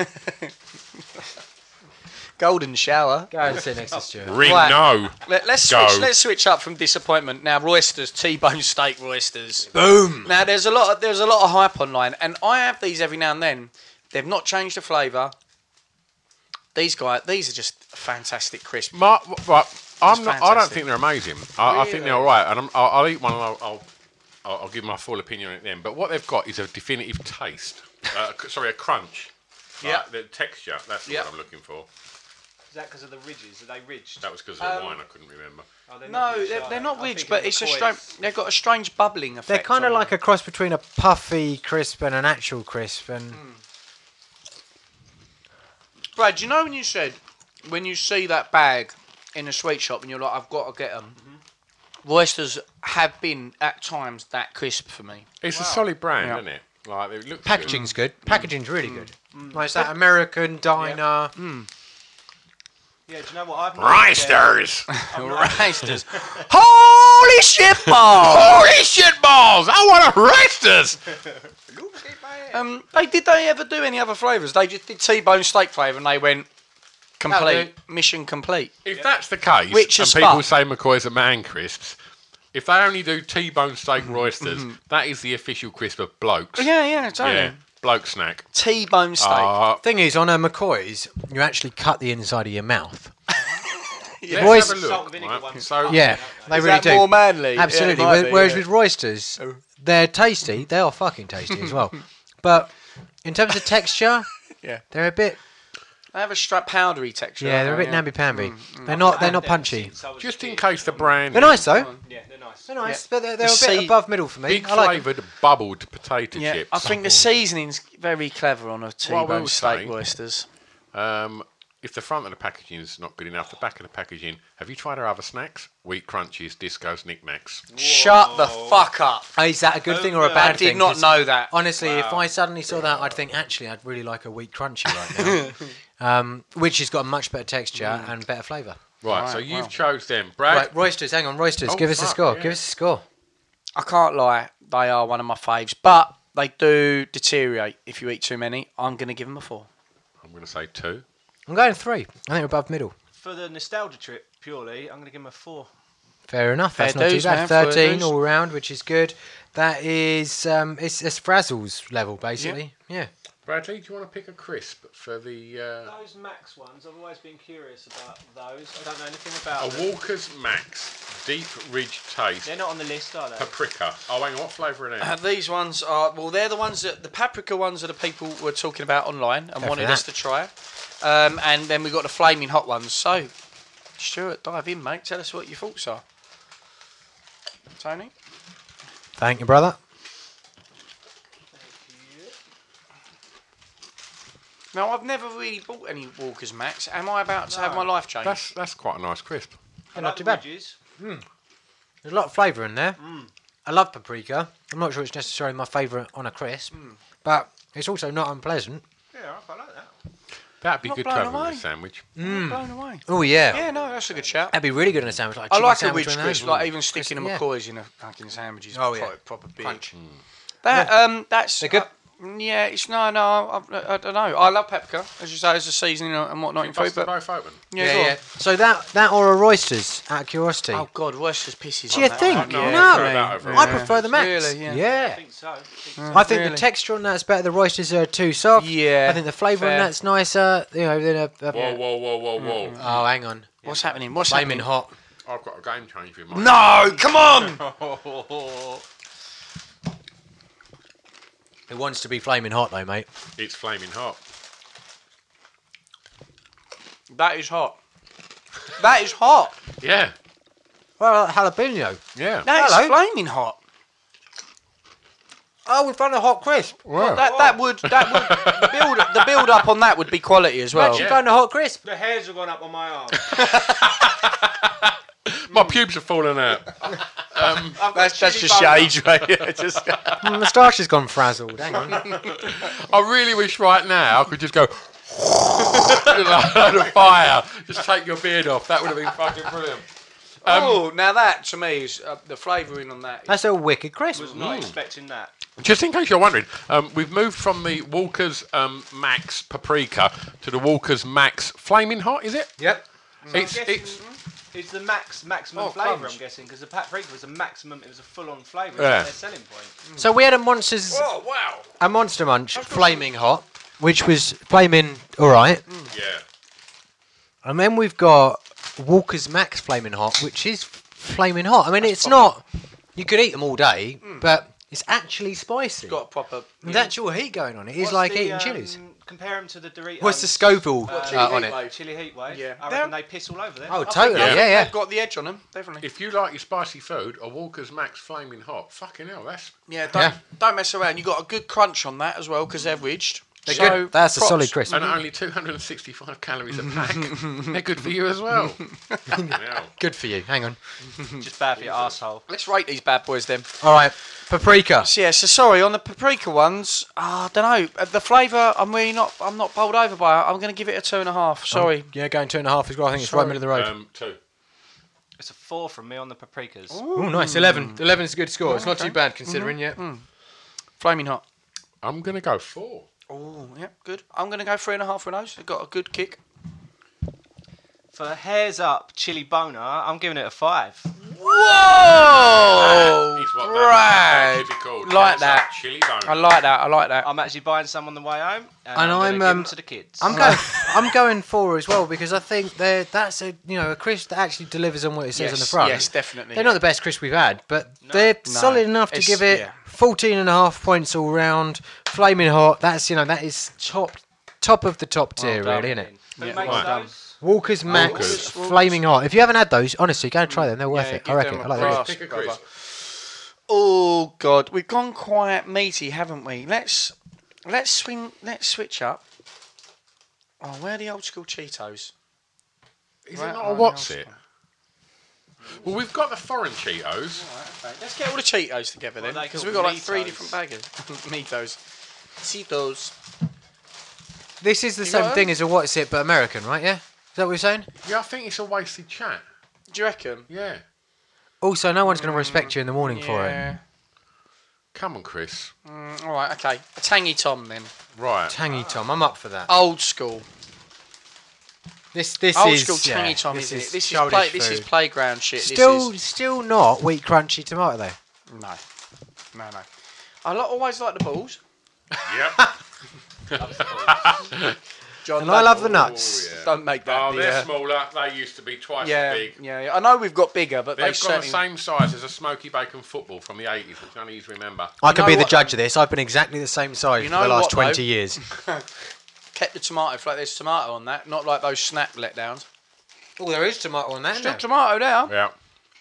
[SPEAKER 4] golden shower.
[SPEAKER 5] Go and sit next to Stuart.
[SPEAKER 2] Ring,
[SPEAKER 4] Right.
[SPEAKER 2] no.
[SPEAKER 4] Let, us
[SPEAKER 2] Go.
[SPEAKER 4] switch. Let's switch up from disappointment now. Roysters, T-bone steak roysters.
[SPEAKER 5] Boom.
[SPEAKER 4] Now there's a lot. Of, there's a lot of hype online, and I have these every now and then. They've not changed the flavour. These guys, these are just fantastic crisp.
[SPEAKER 2] My, right, I'm not, I don't
[SPEAKER 4] fantastic.
[SPEAKER 2] think they're amazing. I, I think they're all right, and I'm, I'll, I'll eat one and I'll, I'll, I'll, I'll give my full opinion on it then. But what they've got is a definitive taste. Uh, c- sorry, a crunch. Like,
[SPEAKER 4] Yeah.
[SPEAKER 2] the texture. That's the
[SPEAKER 4] Yeah.
[SPEAKER 2] what I'm looking for.
[SPEAKER 6] Is that because of the ridges? Are they ridged?
[SPEAKER 2] That was because of the
[SPEAKER 4] Um,
[SPEAKER 2] wine. I couldn't remember.
[SPEAKER 6] Oh, they're not
[SPEAKER 4] No,
[SPEAKER 6] ridged,
[SPEAKER 4] they're,
[SPEAKER 6] are
[SPEAKER 4] they're
[SPEAKER 6] they?
[SPEAKER 4] not
[SPEAKER 6] I'm
[SPEAKER 4] ridged,
[SPEAKER 6] thinking
[SPEAKER 4] but
[SPEAKER 6] of
[SPEAKER 4] it's a
[SPEAKER 6] McCoy's.
[SPEAKER 4] strange. They've got a strange bubbling effect.
[SPEAKER 5] They're kind of
[SPEAKER 4] on
[SPEAKER 5] like
[SPEAKER 4] them.
[SPEAKER 5] a cross between a puffy crisp and an actual crisp, and
[SPEAKER 4] Brad, you know when you said when you see that bag in a sweet shop and you're like, I've got to get them. Roysters have been at times that crisp for me.
[SPEAKER 2] It's a solid brand, isn't it? Like it looks
[SPEAKER 5] Mm. packaging's good. Packaging's really good. Like it's that American diner.
[SPEAKER 6] Yeah, do you know what? I've
[SPEAKER 3] Rysters.
[SPEAKER 4] Rysters.
[SPEAKER 3] Holy shit balls! Holy shit balls! I want a Rysters.
[SPEAKER 4] Um, they did they ever do any other flavours? They just did T-bone steak flavour, and they went complete mission complete.
[SPEAKER 2] If that's the case,
[SPEAKER 4] Which
[SPEAKER 2] and
[SPEAKER 4] is
[SPEAKER 2] people
[SPEAKER 4] Spud.
[SPEAKER 2] say McCoy's a man crisps, if they only do T-bone steak roysters, that is the official crisp of blokes.
[SPEAKER 4] Mm-hmm. Yeah, yeah, totally.
[SPEAKER 2] Yeah, bloke snack.
[SPEAKER 4] T-bone steak.
[SPEAKER 5] Thing is, on a McCoy's, you actually cut the inside of your mouth.
[SPEAKER 2] Yeah,
[SPEAKER 5] Royce-
[SPEAKER 2] let's have a look. right? So
[SPEAKER 5] Yeah, they
[SPEAKER 4] Is
[SPEAKER 5] really
[SPEAKER 4] that
[SPEAKER 5] do.
[SPEAKER 4] more manly? Yeah, it
[SPEAKER 5] Absolutely.
[SPEAKER 4] might be, yeah.
[SPEAKER 5] Whereas, whereas
[SPEAKER 4] Oh.
[SPEAKER 5] with roysters, they're tasty. They are fucking tasty as well. But in terms of texture,
[SPEAKER 4] Yeah.
[SPEAKER 5] they're a bit.
[SPEAKER 4] They have a stra- powdery texture.
[SPEAKER 5] Yeah, they're a bit namby pamby.
[SPEAKER 4] Mm,
[SPEAKER 5] They're not. They're not punchy.
[SPEAKER 2] just in case the brand,
[SPEAKER 5] They're nice though.
[SPEAKER 6] Yeah, they're nice.
[SPEAKER 5] They're nice,
[SPEAKER 4] Yeah.
[SPEAKER 5] but they're, they're
[SPEAKER 4] The
[SPEAKER 5] a bit
[SPEAKER 4] sea-
[SPEAKER 5] above middle for me.
[SPEAKER 2] big
[SPEAKER 5] I like them.
[SPEAKER 2] flavoured bubbled potato
[SPEAKER 4] Yeah,
[SPEAKER 2] chips.
[SPEAKER 4] I think the seasoning's very clever on a
[SPEAKER 2] What I
[SPEAKER 4] T-bone
[SPEAKER 2] will
[SPEAKER 4] steak
[SPEAKER 2] say-
[SPEAKER 4] roysters.
[SPEAKER 2] Um, if the front of the packaging is not good enough, the back of the packaging. Have you tried our other snacks? Wheat crunchies, discos, knickknacks.
[SPEAKER 4] Shut the fuck up.
[SPEAKER 5] Is that a good thing or a
[SPEAKER 4] I
[SPEAKER 5] bad
[SPEAKER 4] did
[SPEAKER 5] thing?
[SPEAKER 4] not
[SPEAKER 5] 'Cause
[SPEAKER 4] know that.
[SPEAKER 5] Honestly, if
[SPEAKER 4] Wow.
[SPEAKER 5] I suddenly saw that, I'd think actually I'd really like a wheat crunchy right now, um, which has got a much better texture
[SPEAKER 4] Mm.
[SPEAKER 5] and better flavour.
[SPEAKER 2] Right, so you've chose them, Brad.
[SPEAKER 5] Right, Roysters, hang on, Roysters,
[SPEAKER 2] Oh,
[SPEAKER 5] give us a
[SPEAKER 2] fuck,
[SPEAKER 5] score.
[SPEAKER 2] yeah.
[SPEAKER 5] Give us a score.
[SPEAKER 4] I can't lie, they are one of my faves, but they do deteriorate if you eat too many. I'm going to give them a four.
[SPEAKER 2] I'm going to say two.
[SPEAKER 5] I'm going three. I think we're above middle.
[SPEAKER 6] For the nostalgia trip, purely, I'm going to give him a four.
[SPEAKER 5] Fair enough.
[SPEAKER 4] Fair
[SPEAKER 5] That's not
[SPEAKER 4] dues,
[SPEAKER 5] too
[SPEAKER 4] man,
[SPEAKER 5] bad.
[SPEAKER 4] fair
[SPEAKER 5] Thirteen
[SPEAKER 4] dues.
[SPEAKER 5] all round, which is good. That is um, it's, it's Frazzles level basically. Yeah.
[SPEAKER 2] Bradley, do you want to pick a crisp for the uh,
[SPEAKER 6] Those Max ones, I've always been curious about those. I don't know anything about
[SPEAKER 2] a
[SPEAKER 6] them.
[SPEAKER 2] Walker's Max Deep Ridge Taste
[SPEAKER 6] They're not on the list, are they?
[SPEAKER 2] Paprika? Oh, hang on, what flavour are they?
[SPEAKER 4] Uh, these ones are well, they're the ones that the paprika ones are the people were talking about online and
[SPEAKER 5] for
[SPEAKER 4] wanted
[SPEAKER 5] that.
[SPEAKER 4] us to try. Um, and then we got the flaming hot ones. So, Stuart, dive in, mate. Tell us what your thoughts are. Tony,
[SPEAKER 5] Thank you, brother.
[SPEAKER 4] now I've never really bought any Walkers Max. Am I about to have my life changed?
[SPEAKER 2] That's that's quite a nice crisp.
[SPEAKER 6] I
[SPEAKER 5] not
[SPEAKER 6] like
[SPEAKER 5] too
[SPEAKER 6] the
[SPEAKER 5] bad.
[SPEAKER 6] wedges.
[SPEAKER 5] There's a lot of flavour in there.
[SPEAKER 4] Mm.
[SPEAKER 5] I love paprika. I'm not sure it's necessarily my favourite on a crisp,
[SPEAKER 4] Mm.
[SPEAKER 5] but it's also not unpleasant.
[SPEAKER 6] Yeah, I quite like that.
[SPEAKER 2] That'd be
[SPEAKER 4] Not
[SPEAKER 2] good to
[SPEAKER 4] blown
[SPEAKER 2] have
[SPEAKER 4] away.
[SPEAKER 2] with a sandwich.
[SPEAKER 4] I'm blown away.
[SPEAKER 5] Oh yeah.
[SPEAKER 4] Hmm. Yeah, no, that's a good shout.
[SPEAKER 5] That'd be really good on a sandwich. Like a
[SPEAKER 4] I
[SPEAKER 5] chicken
[SPEAKER 4] like a
[SPEAKER 5] sandwich
[SPEAKER 4] Ridge
[SPEAKER 5] on
[SPEAKER 4] crisp,
[SPEAKER 5] those.
[SPEAKER 4] like even sticking a
[SPEAKER 5] Crispy, yeah.
[SPEAKER 4] McCoy's in a fucking sandwich is
[SPEAKER 5] Oh, yeah.
[SPEAKER 4] quite a proper big.
[SPEAKER 5] Crunch.
[SPEAKER 4] That um, that's
[SPEAKER 5] They're good.
[SPEAKER 4] uh, yeah, it's no, no, I, I, I don't know. I love paprika, as you say, as a seasoning and whatnot in food,
[SPEAKER 2] Bust them
[SPEAKER 4] but
[SPEAKER 2] both open.
[SPEAKER 4] yeah,
[SPEAKER 5] Yeah,
[SPEAKER 4] go on.
[SPEAKER 5] yeah. So that that or a roysters, out of curiosity.
[SPEAKER 4] Oh God, Royster's pisses.
[SPEAKER 5] Do you
[SPEAKER 4] on
[SPEAKER 5] think?
[SPEAKER 4] That.
[SPEAKER 2] no, I
[SPEAKER 4] one.
[SPEAKER 5] no,
[SPEAKER 2] prefer that over
[SPEAKER 5] I
[SPEAKER 2] a
[SPEAKER 5] prefer the max. Mm.
[SPEAKER 4] Really, yeah.
[SPEAKER 6] I think so. I think so.
[SPEAKER 5] I think
[SPEAKER 4] Really?
[SPEAKER 5] the texture on that's better. The roysters are too soft.
[SPEAKER 4] Yeah,
[SPEAKER 5] I think the flavour on
[SPEAKER 4] fair.
[SPEAKER 5] that's nicer. You know, than a, a-
[SPEAKER 2] Whoa, whoa, whoa, whoa, whoa!
[SPEAKER 5] Oh, hang on.
[SPEAKER 4] What's happening? What's
[SPEAKER 5] Flaming
[SPEAKER 4] happening?
[SPEAKER 5] hot.
[SPEAKER 2] I've got a game change with mine.
[SPEAKER 4] No, come on.
[SPEAKER 5] It wants to be flaming hot though, mate.
[SPEAKER 2] It's flaming hot.
[SPEAKER 4] that is hot. That is hot.
[SPEAKER 2] Yeah,
[SPEAKER 5] Well, like jalapeno.
[SPEAKER 2] yeah.
[SPEAKER 4] That is
[SPEAKER 5] Hello.
[SPEAKER 4] flaming hot.
[SPEAKER 5] Oh, we found a hot crisp.
[SPEAKER 4] That that would that would the build the build up on that would be quality as well.
[SPEAKER 5] Imagine found a hot crisp.
[SPEAKER 6] The hairs have gone up on my arm.
[SPEAKER 2] My pubes are falling out.
[SPEAKER 4] That's, that's
[SPEAKER 6] just your
[SPEAKER 4] age, right? Yeah, just
[SPEAKER 5] My moustache Mm, has gone frazzled. Hang on.
[SPEAKER 2] I really wish right now I could just go out of fire. Just take your beard off. That would have been fucking brilliant.
[SPEAKER 4] oh, now that to me is uh, the flavouring on that.
[SPEAKER 5] That's a wicked crisp.
[SPEAKER 6] was
[SPEAKER 4] mm.
[SPEAKER 6] not expecting that.
[SPEAKER 2] Just in case you're wondering, um, we've moved from the Walker's um, Max Paprika to the Walker's Max Flaming Hot. Is it?
[SPEAKER 5] Yep.
[SPEAKER 4] Mm.
[SPEAKER 2] It's
[SPEAKER 6] guessing-
[SPEAKER 2] it's
[SPEAKER 6] It's the max maximum
[SPEAKER 4] Oh,
[SPEAKER 6] flavour,
[SPEAKER 4] crumbs.
[SPEAKER 6] I'm guessing, because the paprika was a maximum, it was a full on flavour. It's
[SPEAKER 2] Yeah.
[SPEAKER 6] their selling
[SPEAKER 4] Mm.
[SPEAKER 6] point.
[SPEAKER 5] So we had a monsters,
[SPEAKER 4] oh wow.
[SPEAKER 5] a monster munch, flaming hot, which was flaming all right,
[SPEAKER 2] yeah.
[SPEAKER 5] and then we've got Walker's Max flaming hot, which is flaming hot. I mean, it's not. You could eat them all day, but it's actually spicy.
[SPEAKER 4] It's got a proper.
[SPEAKER 5] There's actual heat going on. It is
[SPEAKER 6] Mm. What's
[SPEAKER 5] like
[SPEAKER 6] the,
[SPEAKER 5] eating
[SPEAKER 6] um,
[SPEAKER 5] chilies.
[SPEAKER 6] Compare them to the Doritos.
[SPEAKER 5] What's the Scoville
[SPEAKER 6] uh,
[SPEAKER 5] uh, on it?
[SPEAKER 6] Chili heat wave.
[SPEAKER 4] Yeah.
[SPEAKER 6] I
[SPEAKER 4] They're-
[SPEAKER 6] reckon they piss all over them.
[SPEAKER 5] Oh,
[SPEAKER 6] I think
[SPEAKER 5] totally.
[SPEAKER 2] Yeah.
[SPEAKER 5] Yeah, yeah.
[SPEAKER 4] They've got the edge on them, definitely.
[SPEAKER 2] If you like your spicy food, a Walker's Max Flaming Hot. Fucking hell, that's
[SPEAKER 4] Yeah, don't
[SPEAKER 5] Yeah.
[SPEAKER 4] don't mess around. You got a good crunch on that as well because they're ridged.
[SPEAKER 5] They're
[SPEAKER 4] So,
[SPEAKER 5] good. That's a
[SPEAKER 4] props.
[SPEAKER 5] solid crisp.
[SPEAKER 2] and
[SPEAKER 4] Mm.
[SPEAKER 2] only 265 calories a pack. They're good for you as well. Fucking hell.
[SPEAKER 5] Good for you. Hang on.
[SPEAKER 6] it's just bad for your asshole.
[SPEAKER 4] Let's rate these bad boys then.
[SPEAKER 5] All right. Paprika.
[SPEAKER 4] So, yeah, so sorry on the paprika ones. ah, I don't know Uh, the flavour. I'm really not. I'm not bowled over by. it. I'm going to give it a two and a
[SPEAKER 6] Oh,
[SPEAKER 4] half. Sorry.
[SPEAKER 5] Um, yeah, going two and a half as well. I think it's
[SPEAKER 4] Sorry.
[SPEAKER 5] right middle of the road.
[SPEAKER 2] Um, two.
[SPEAKER 6] It's a four from me on the paprikas.
[SPEAKER 5] Ooh, nice. 11. 11 is a good score. It's not too bad considering, yeah.
[SPEAKER 4] Flaming hot.
[SPEAKER 2] I'm going to go four.
[SPEAKER 4] Oh, yeah, good. I'm going to go three and a half with those. It got a good kick.
[SPEAKER 6] For hairs up, chili boner, I'm giving it a five.
[SPEAKER 4] Whoa!
[SPEAKER 6] It's what
[SPEAKER 4] Brad.
[SPEAKER 6] should be called.
[SPEAKER 4] Like
[SPEAKER 6] Hairs
[SPEAKER 4] that.
[SPEAKER 6] up, chili boner.
[SPEAKER 4] I like that. I like that.
[SPEAKER 6] I'm actually buying some on the way home, and,
[SPEAKER 5] And
[SPEAKER 6] I'm,
[SPEAKER 5] I'm,
[SPEAKER 6] gonna give
[SPEAKER 5] um,
[SPEAKER 6] 'em to the kids.
[SPEAKER 5] I'm going. I'm going four as well because I think they're that's a you know a crisp that actually delivers on what it says on the
[SPEAKER 4] Yes,
[SPEAKER 5] front.
[SPEAKER 4] yes, definitely.
[SPEAKER 5] They're not the best crisp we've had, but they're
[SPEAKER 4] No,
[SPEAKER 5] solid enough to
[SPEAKER 4] it's-
[SPEAKER 5] give it
[SPEAKER 4] yeah.
[SPEAKER 5] 14 and a half points all round. Flaming hot. That's you know that is top top of the top tier,
[SPEAKER 4] done.
[SPEAKER 5] really, isn't it?
[SPEAKER 6] Who makes
[SPEAKER 4] well
[SPEAKER 6] those?
[SPEAKER 5] Walker's Max,
[SPEAKER 4] Walker's, Walker's. Mm.
[SPEAKER 5] Flaming Hot. If you haven't had those, honestly, go and try them. They're worth
[SPEAKER 4] Yeah,
[SPEAKER 5] it. I
[SPEAKER 4] give
[SPEAKER 5] reckon.
[SPEAKER 4] them a
[SPEAKER 5] I like
[SPEAKER 4] crack.
[SPEAKER 5] those.
[SPEAKER 4] Pick a crisp. Oh God, we've gone quite meaty, haven't we? Let's let's swing. Let's switch up. Oh, where are the old school Cheetos?
[SPEAKER 2] Is
[SPEAKER 4] Right,
[SPEAKER 2] it not
[SPEAKER 4] oh,
[SPEAKER 2] a
[SPEAKER 4] the
[SPEAKER 2] what's it? Well, we've got the foreign Cheetos.
[SPEAKER 4] Let's get all the Cheetos together then,
[SPEAKER 2] What are they
[SPEAKER 4] because
[SPEAKER 2] called?
[SPEAKER 4] we've got like three
[SPEAKER 2] Meatos?
[SPEAKER 4] different baggers. Meatos, Cheetos.
[SPEAKER 5] This is the
[SPEAKER 4] You
[SPEAKER 5] same
[SPEAKER 4] got
[SPEAKER 5] thing
[SPEAKER 4] them?
[SPEAKER 5] as a what's it, but American, right? Yeah. Is that what you're saying?
[SPEAKER 2] Yeah, I think it's a wasted chat.
[SPEAKER 4] Do you reckon?
[SPEAKER 2] Yeah.
[SPEAKER 5] Also, no one's going to respect you in the morning for it.
[SPEAKER 4] Mm, Yeah.
[SPEAKER 2] Come on, Chris.
[SPEAKER 4] Mm, all right, okay. A tangy Tom then.
[SPEAKER 2] Right.
[SPEAKER 5] Tangy Tom, I'm up for that.
[SPEAKER 4] Old school.
[SPEAKER 5] This this
[SPEAKER 4] old
[SPEAKER 5] is
[SPEAKER 4] school tangy
[SPEAKER 5] yeah,
[SPEAKER 4] Tom,
[SPEAKER 5] this
[SPEAKER 4] isn't
[SPEAKER 5] is
[SPEAKER 4] it? This is
[SPEAKER 5] childish
[SPEAKER 4] play, this is
[SPEAKER 5] food.
[SPEAKER 4] playground shit. this
[SPEAKER 5] Still
[SPEAKER 4] is-
[SPEAKER 5] still not wheat crunchy tomato though.
[SPEAKER 4] no, no, no. I lo- always like the balls.
[SPEAKER 2] Oh, Yep.
[SPEAKER 4] John,
[SPEAKER 5] And I
[SPEAKER 4] don't-
[SPEAKER 5] love the nuts.
[SPEAKER 4] Don't make that.
[SPEAKER 2] Oh,
[SPEAKER 4] the,
[SPEAKER 2] they're
[SPEAKER 4] uh,
[SPEAKER 2] smaller. They used to be twice
[SPEAKER 4] yeah,
[SPEAKER 2] as big.
[SPEAKER 4] yeah, yeah. I know we've got bigger, but
[SPEAKER 2] They've
[SPEAKER 4] they
[SPEAKER 2] got the
[SPEAKER 4] certainly.
[SPEAKER 2] same size as a smoky bacon football from the 80s, which none of you remember.
[SPEAKER 5] I can
[SPEAKER 4] know
[SPEAKER 5] be the
[SPEAKER 4] what-
[SPEAKER 5] judge of this. I've been exactly the same size
[SPEAKER 4] You
[SPEAKER 5] for
[SPEAKER 4] know
[SPEAKER 5] the last
[SPEAKER 4] what, though?
[SPEAKER 5] twenty years.
[SPEAKER 4] Kept the tomato like there's tomato on that, not like those snap letdowns.
[SPEAKER 5] Oh, there is tomato on that.
[SPEAKER 4] Still tomato there.
[SPEAKER 2] Yeah.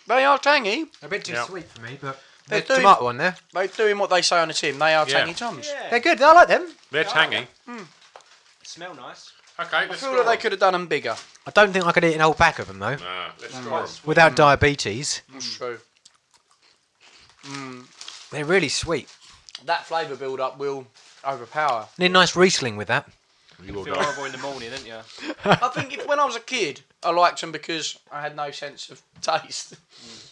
[SPEAKER 4] They are tangy.
[SPEAKER 5] A bit too
[SPEAKER 4] Yeah.
[SPEAKER 5] sweet for me, but
[SPEAKER 4] They're
[SPEAKER 5] there's
[SPEAKER 4] doing-
[SPEAKER 5] tomato on there.
[SPEAKER 4] They're doing what they say on the tin. They are
[SPEAKER 2] Yeah.
[SPEAKER 4] tangy toms.
[SPEAKER 5] They're good. I like them.
[SPEAKER 2] They're tangy.
[SPEAKER 6] Mm. Smell nice.
[SPEAKER 2] Okay,
[SPEAKER 4] I
[SPEAKER 2] let's
[SPEAKER 4] feel
[SPEAKER 2] score
[SPEAKER 4] like they
[SPEAKER 2] 'em.
[SPEAKER 4] could have done them bigger.
[SPEAKER 5] I don't think I could eat an whole pack of them though,
[SPEAKER 2] Nah, let's score 'em.
[SPEAKER 4] Mm.
[SPEAKER 5] without diabetes.
[SPEAKER 4] That's true. Mm,
[SPEAKER 5] They're really sweet.
[SPEAKER 4] that flavour build up will overpower.
[SPEAKER 5] Need a nice Riesling with that.
[SPEAKER 2] You
[SPEAKER 6] Feel horrible in the morning, didn't you?
[SPEAKER 4] I think if, when I was a kid, I liked them because I had no sense of taste.
[SPEAKER 2] Mm.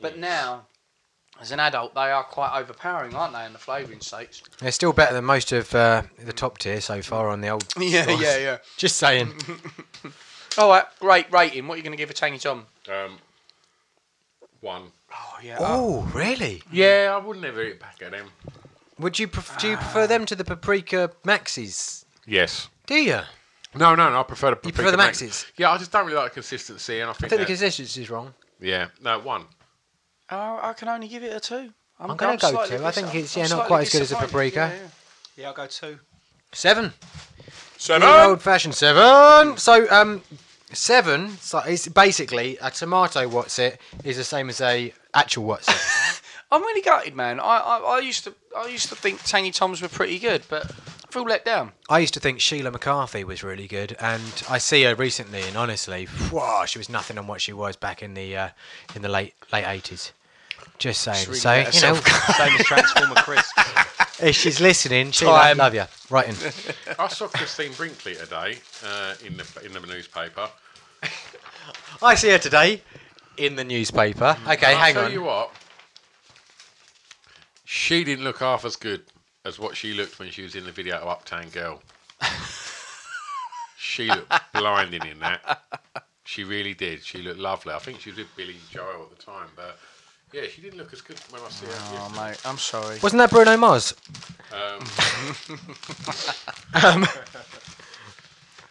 [SPEAKER 4] But now, as an adult, they are quite overpowering, aren't they, in the flavouring states?
[SPEAKER 5] They're still better than most of uh, the top tier so far on the old.
[SPEAKER 4] Yeah,
[SPEAKER 5] scores.
[SPEAKER 4] yeah, yeah.
[SPEAKER 5] Just saying.
[SPEAKER 4] All right, great rating. What are you going to give a Tangy Tom?
[SPEAKER 2] Um, one.
[SPEAKER 4] Oh, yeah.
[SPEAKER 5] oh, really?
[SPEAKER 2] Yeah, I would never eat a pack of them.
[SPEAKER 5] Would you pref- do you prefer them to the paprika maxis?
[SPEAKER 2] Yes.
[SPEAKER 5] Do you?
[SPEAKER 2] No, no, no. I prefer the
[SPEAKER 5] You prefer the
[SPEAKER 2] paprika
[SPEAKER 5] maxis?
[SPEAKER 2] Yeah, I just don't really like the consistency, and I think,
[SPEAKER 5] I think the
[SPEAKER 2] that-
[SPEAKER 5] consistency is wrong.
[SPEAKER 2] yeah, no, one.
[SPEAKER 4] Oh, I can only give it a two.
[SPEAKER 5] I'm gonna go
[SPEAKER 4] slightly
[SPEAKER 5] two. I think
[SPEAKER 4] dis-
[SPEAKER 5] it's, yeah,
[SPEAKER 4] I'm
[SPEAKER 5] not
[SPEAKER 4] slightly
[SPEAKER 5] quite as good as a
[SPEAKER 4] disappointed.
[SPEAKER 5] paprika.
[SPEAKER 4] Yeah, yeah.
[SPEAKER 6] Yeah, I'll go two.
[SPEAKER 5] Seven.
[SPEAKER 2] Seven.
[SPEAKER 5] Old fashioned seven. So um, seven. So it's basically a tomato. What's it is the same as a actual what's it.
[SPEAKER 4] I'm really gutted, man. I, I, I used to I used to think Tangy Toms were pretty good, but I feel let down.
[SPEAKER 5] I used to think Sheila McCarthy was really good, and I see her recently, and honestly, wow, she was nothing on what she was back in the uh, in the late late eighties. Just saying.
[SPEAKER 4] really
[SPEAKER 5] so
[SPEAKER 4] let
[SPEAKER 5] you know,
[SPEAKER 4] herself
[SPEAKER 6] Same as Transformer Chris.
[SPEAKER 5] if she's listening, Sheila, I
[SPEAKER 4] Time.
[SPEAKER 5] love you. Right in.
[SPEAKER 2] I saw Christine Brinkley today uh, in the in the newspaper.
[SPEAKER 5] I see her today in the newspaper. Okay,
[SPEAKER 2] And I'll
[SPEAKER 5] hang
[SPEAKER 2] tell
[SPEAKER 5] on.
[SPEAKER 2] you what, she didn't look half as good as what she looked when she was in the video of Uptown Girl. she looked blinding in that. She really did. She looked lovely. I think she was with Billy Joel at the time, but yeah, she didn't look as good when I see her.
[SPEAKER 4] Oh,
[SPEAKER 2] yesterday.
[SPEAKER 4] mate, I'm sorry.
[SPEAKER 5] Wasn't that Bruno Mars?
[SPEAKER 2] Um,
[SPEAKER 5] Um,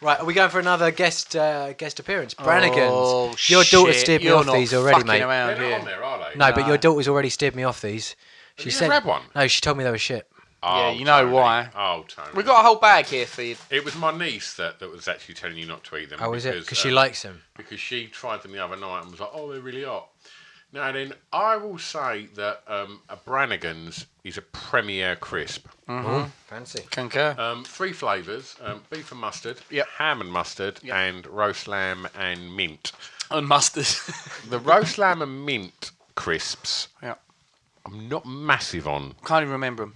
[SPEAKER 5] Right, are we going for another guest uh, guest appearance? Brannigan's.
[SPEAKER 4] Oh,
[SPEAKER 5] your daughter
[SPEAKER 4] shit,
[SPEAKER 5] steered me
[SPEAKER 4] you're
[SPEAKER 5] off
[SPEAKER 4] not
[SPEAKER 5] these already,
[SPEAKER 4] fucking
[SPEAKER 5] mate.
[SPEAKER 4] around
[SPEAKER 2] they're
[SPEAKER 4] here.
[SPEAKER 2] not on there, are they?
[SPEAKER 5] No, but your daughter's already steered me off these. She
[SPEAKER 2] you
[SPEAKER 5] said,
[SPEAKER 2] grabbed one?
[SPEAKER 5] No, she told me they were shit.
[SPEAKER 2] Oh,
[SPEAKER 4] Yeah, you know
[SPEAKER 2] Tony.
[SPEAKER 4] why.
[SPEAKER 2] Oh, Tony.
[SPEAKER 4] We've got a whole bag here for you.
[SPEAKER 2] It was my niece that, that was actually telling you not to eat them.
[SPEAKER 5] Oh, is it? Because she
[SPEAKER 2] um,
[SPEAKER 5] likes them.
[SPEAKER 2] because she tried them the other night and was like, "Oh, they're really hot." Now then, I will say that um, a Brannigan's is a premier crisp.
[SPEAKER 5] Mm. Fancy.
[SPEAKER 4] Concur.
[SPEAKER 2] Um, three flavours: um, beef and mustard,
[SPEAKER 4] Yep.
[SPEAKER 2] ham and mustard, and roast lamb and mint.
[SPEAKER 4] And mustard.
[SPEAKER 2] The roast lamb and mint crisps
[SPEAKER 4] yeah.
[SPEAKER 2] I'm not massive on.
[SPEAKER 4] Can't even remember them.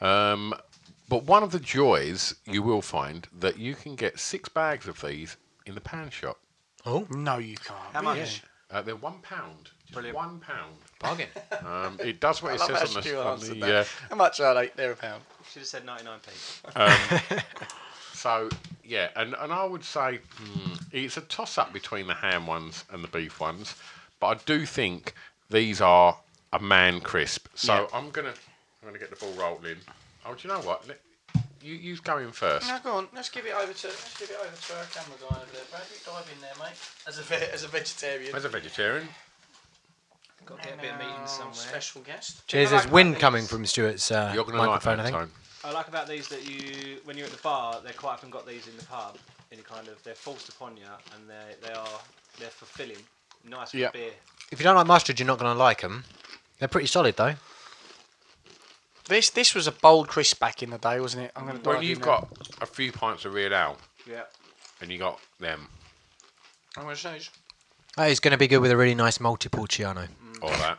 [SPEAKER 2] Um, but one of the joys you will find that you can get six bags of these in the pan shop.
[SPEAKER 4] Oh no, you can't. How
[SPEAKER 2] Really?
[SPEAKER 4] much?
[SPEAKER 2] Uh, they're one pound. Just one pound.
[SPEAKER 4] Bargain.
[SPEAKER 2] Um, it does what
[SPEAKER 4] I
[SPEAKER 2] it
[SPEAKER 4] love
[SPEAKER 2] says
[SPEAKER 4] how
[SPEAKER 2] on the.
[SPEAKER 4] Stu
[SPEAKER 2] on
[SPEAKER 4] answered
[SPEAKER 2] the,
[SPEAKER 4] that.
[SPEAKER 2] uh,
[SPEAKER 4] How much are they? They're a pound.
[SPEAKER 6] Should have said 99p.
[SPEAKER 2] Um, so yeah, and, and I would say hmm, it's a toss up between the ham ones and the beef ones, but I do think these are a man crisp. So
[SPEAKER 3] Yeah.
[SPEAKER 2] I'm gonna I'm gonna get the ball rolling. Oh, do you know what? Let- you you go in first.
[SPEAKER 4] Now go on. Let's give it over to let's give it over to our camera guy over there, Brad. You dive in there, mate. As a ve- as a vegetarian.
[SPEAKER 2] As a vegetarian,
[SPEAKER 4] Got to get a bit of meat in somewhere. Special guest.
[SPEAKER 5] Cheers, there's wind coming from Stuart's uh,
[SPEAKER 2] You're gonna like
[SPEAKER 5] microphone,
[SPEAKER 2] that
[SPEAKER 5] I think.
[SPEAKER 2] time.
[SPEAKER 6] I like about these that you, when you're at the bar, they quite often got these in the pub. In a kind of, they're forced upon you, and they they are they're fulfilling. Nice with
[SPEAKER 5] Yeah.
[SPEAKER 6] beer.
[SPEAKER 5] If you don't like mustard, you're not going to like them. They're pretty solid, though.
[SPEAKER 4] This this was a bold crisp back in the day, wasn't it? I'm going to
[SPEAKER 2] when you've got a few pints of Real Ale
[SPEAKER 4] Yeah.
[SPEAKER 2] and you got them,
[SPEAKER 4] I'm going to change.
[SPEAKER 5] That is going to be good with a really nice Multipulciano.
[SPEAKER 2] or that,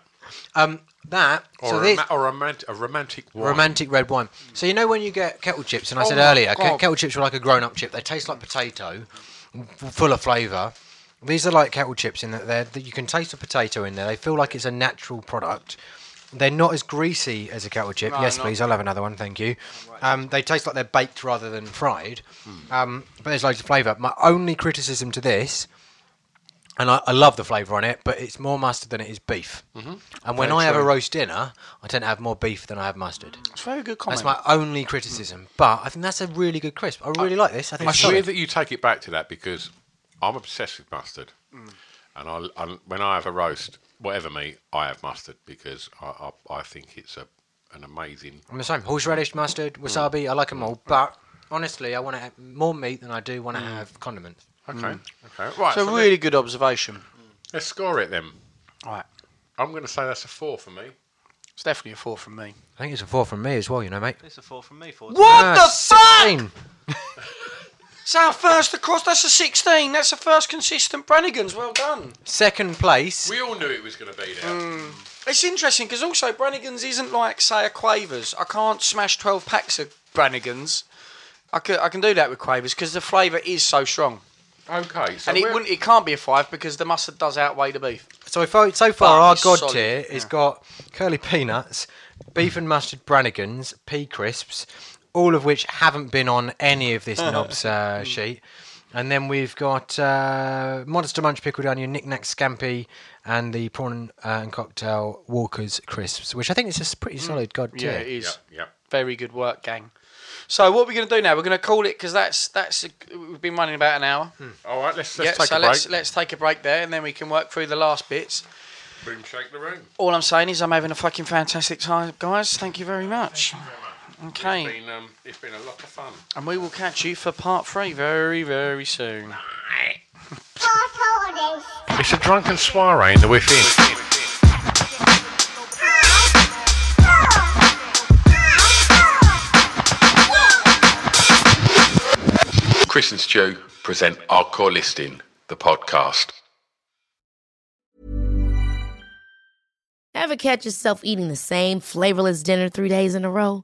[SPEAKER 5] Um, that
[SPEAKER 2] or
[SPEAKER 5] so
[SPEAKER 2] a,
[SPEAKER 5] this
[SPEAKER 2] ma- or a, man- a romantic wine.
[SPEAKER 5] romantic red wine. So you know when you get kettle chips, and I
[SPEAKER 2] Oh
[SPEAKER 5] said
[SPEAKER 2] my
[SPEAKER 5] earlier, ke-
[SPEAKER 2] God.
[SPEAKER 5] kettle chips were like a grown-up chip. They taste like potato, f- full of flavour. These are like kettle chips in that they're that you can taste the potato in there. They feel like it's a natural product. They're not as greasy as a kettle chip.
[SPEAKER 3] No,
[SPEAKER 5] yes,
[SPEAKER 3] not-
[SPEAKER 5] please. I'll have another one, thank you. Um, they taste like they're baked rather than fried. Um, but there's loads of flavour. My only criticism to this, and I, I love the flavour on it, but it's more mustard than it is beef.
[SPEAKER 4] Mhm.
[SPEAKER 5] And when
[SPEAKER 4] Very
[SPEAKER 5] I have a
[SPEAKER 4] true.
[SPEAKER 5] roast dinner, I tend to have more beef than I have mustard.
[SPEAKER 4] It's a very good comment.
[SPEAKER 5] That's my only criticism. But I think that's a really good crisp. I really like this. I think it's
[SPEAKER 2] it's weird
[SPEAKER 5] solid.
[SPEAKER 2] that you take it back to that because I'm obsessed with mustard, and I, I when I have a roast, whatever meat, I have mustard because I I, I think it's a an amazing.
[SPEAKER 5] I'm the same. Horseradish, mustard, wasabi. I like them all. But honestly, I want to have more meat than I do want to have condiments.
[SPEAKER 2] Okay, okay, Mm. right.
[SPEAKER 4] It's a
[SPEAKER 2] so
[SPEAKER 4] really good observation.
[SPEAKER 2] let- let's score it then.
[SPEAKER 4] Right.
[SPEAKER 2] I'm going to say that's a four for me.
[SPEAKER 4] It's definitely a four from me.
[SPEAKER 5] I think it's a four from me as well, you know, mate.
[SPEAKER 6] It's a four from me. Four.
[SPEAKER 2] Ah,
[SPEAKER 4] What the fuck?
[SPEAKER 5] the fuck?
[SPEAKER 4] It's our first across. That's a 16. That's the first consistent Brannigan's. Well done.
[SPEAKER 5] Second place.
[SPEAKER 2] We all knew it was going to be there.
[SPEAKER 4] It's interesting because also Brannigan's isn't like, say, a Quavers. I can't smash 12 packs of Brannigan's. I can, I can do that with Quavers because the flavour is so strong.
[SPEAKER 2] Okay, so
[SPEAKER 4] and it,
[SPEAKER 2] we're-
[SPEAKER 4] wouldn't, it can't be a five because the mustard does outweigh the beef.
[SPEAKER 5] So if I, so far, our
[SPEAKER 4] it's
[SPEAKER 5] god
[SPEAKER 4] solid,
[SPEAKER 5] tier has got curly peanuts, beef and mustard Brannigans, pea crisps, all of which haven't been on any of this knobs
[SPEAKER 4] Hmm.
[SPEAKER 5] uh, sheet. And then we've got uh, Monster Munch pickled onion, knickknack scampi, and the prawn uh, and cocktail Walker's crisps, which I think is a s- pretty solid god tier.
[SPEAKER 4] Hmm. Yeah, it is.
[SPEAKER 2] Yeah, yeah.
[SPEAKER 4] Very good work, gang. So what we're going to do now? We're going to call it because that's that's a, we've been running about an hour.
[SPEAKER 2] All right, let's Hmm. let's
[SPEAKER 4] yeah,
[SPEAKER 2] take
[SPEAKER 4] so
[SPEAKER 2] a break.
[SPEAKER 4] let's let's take a break there, and then we can work through the last bits.
[SPEAKER 2] Boom, shake the room.
[SPEAKER 4] All I'm saying is I'm having a fucking fantastic time, guys. Thank you very much.
[SPEAKER 2] It's
[SPEAKER 4] Okay,
[SPEAKER 2] been, um, it's been a lot of fun.
[SPEAKER 4] and we will catch you for part three very very soon.
[SPEAKER 1] Tortoise.
[SPEAKER 2] It's a drunken soiree in the within.
[SPEAKER 8] Chris and Stu present Our Core Listing, the podcast.
[SPEAKER 9] Ever catch yourself eating the same flavorless dinner three days in a row?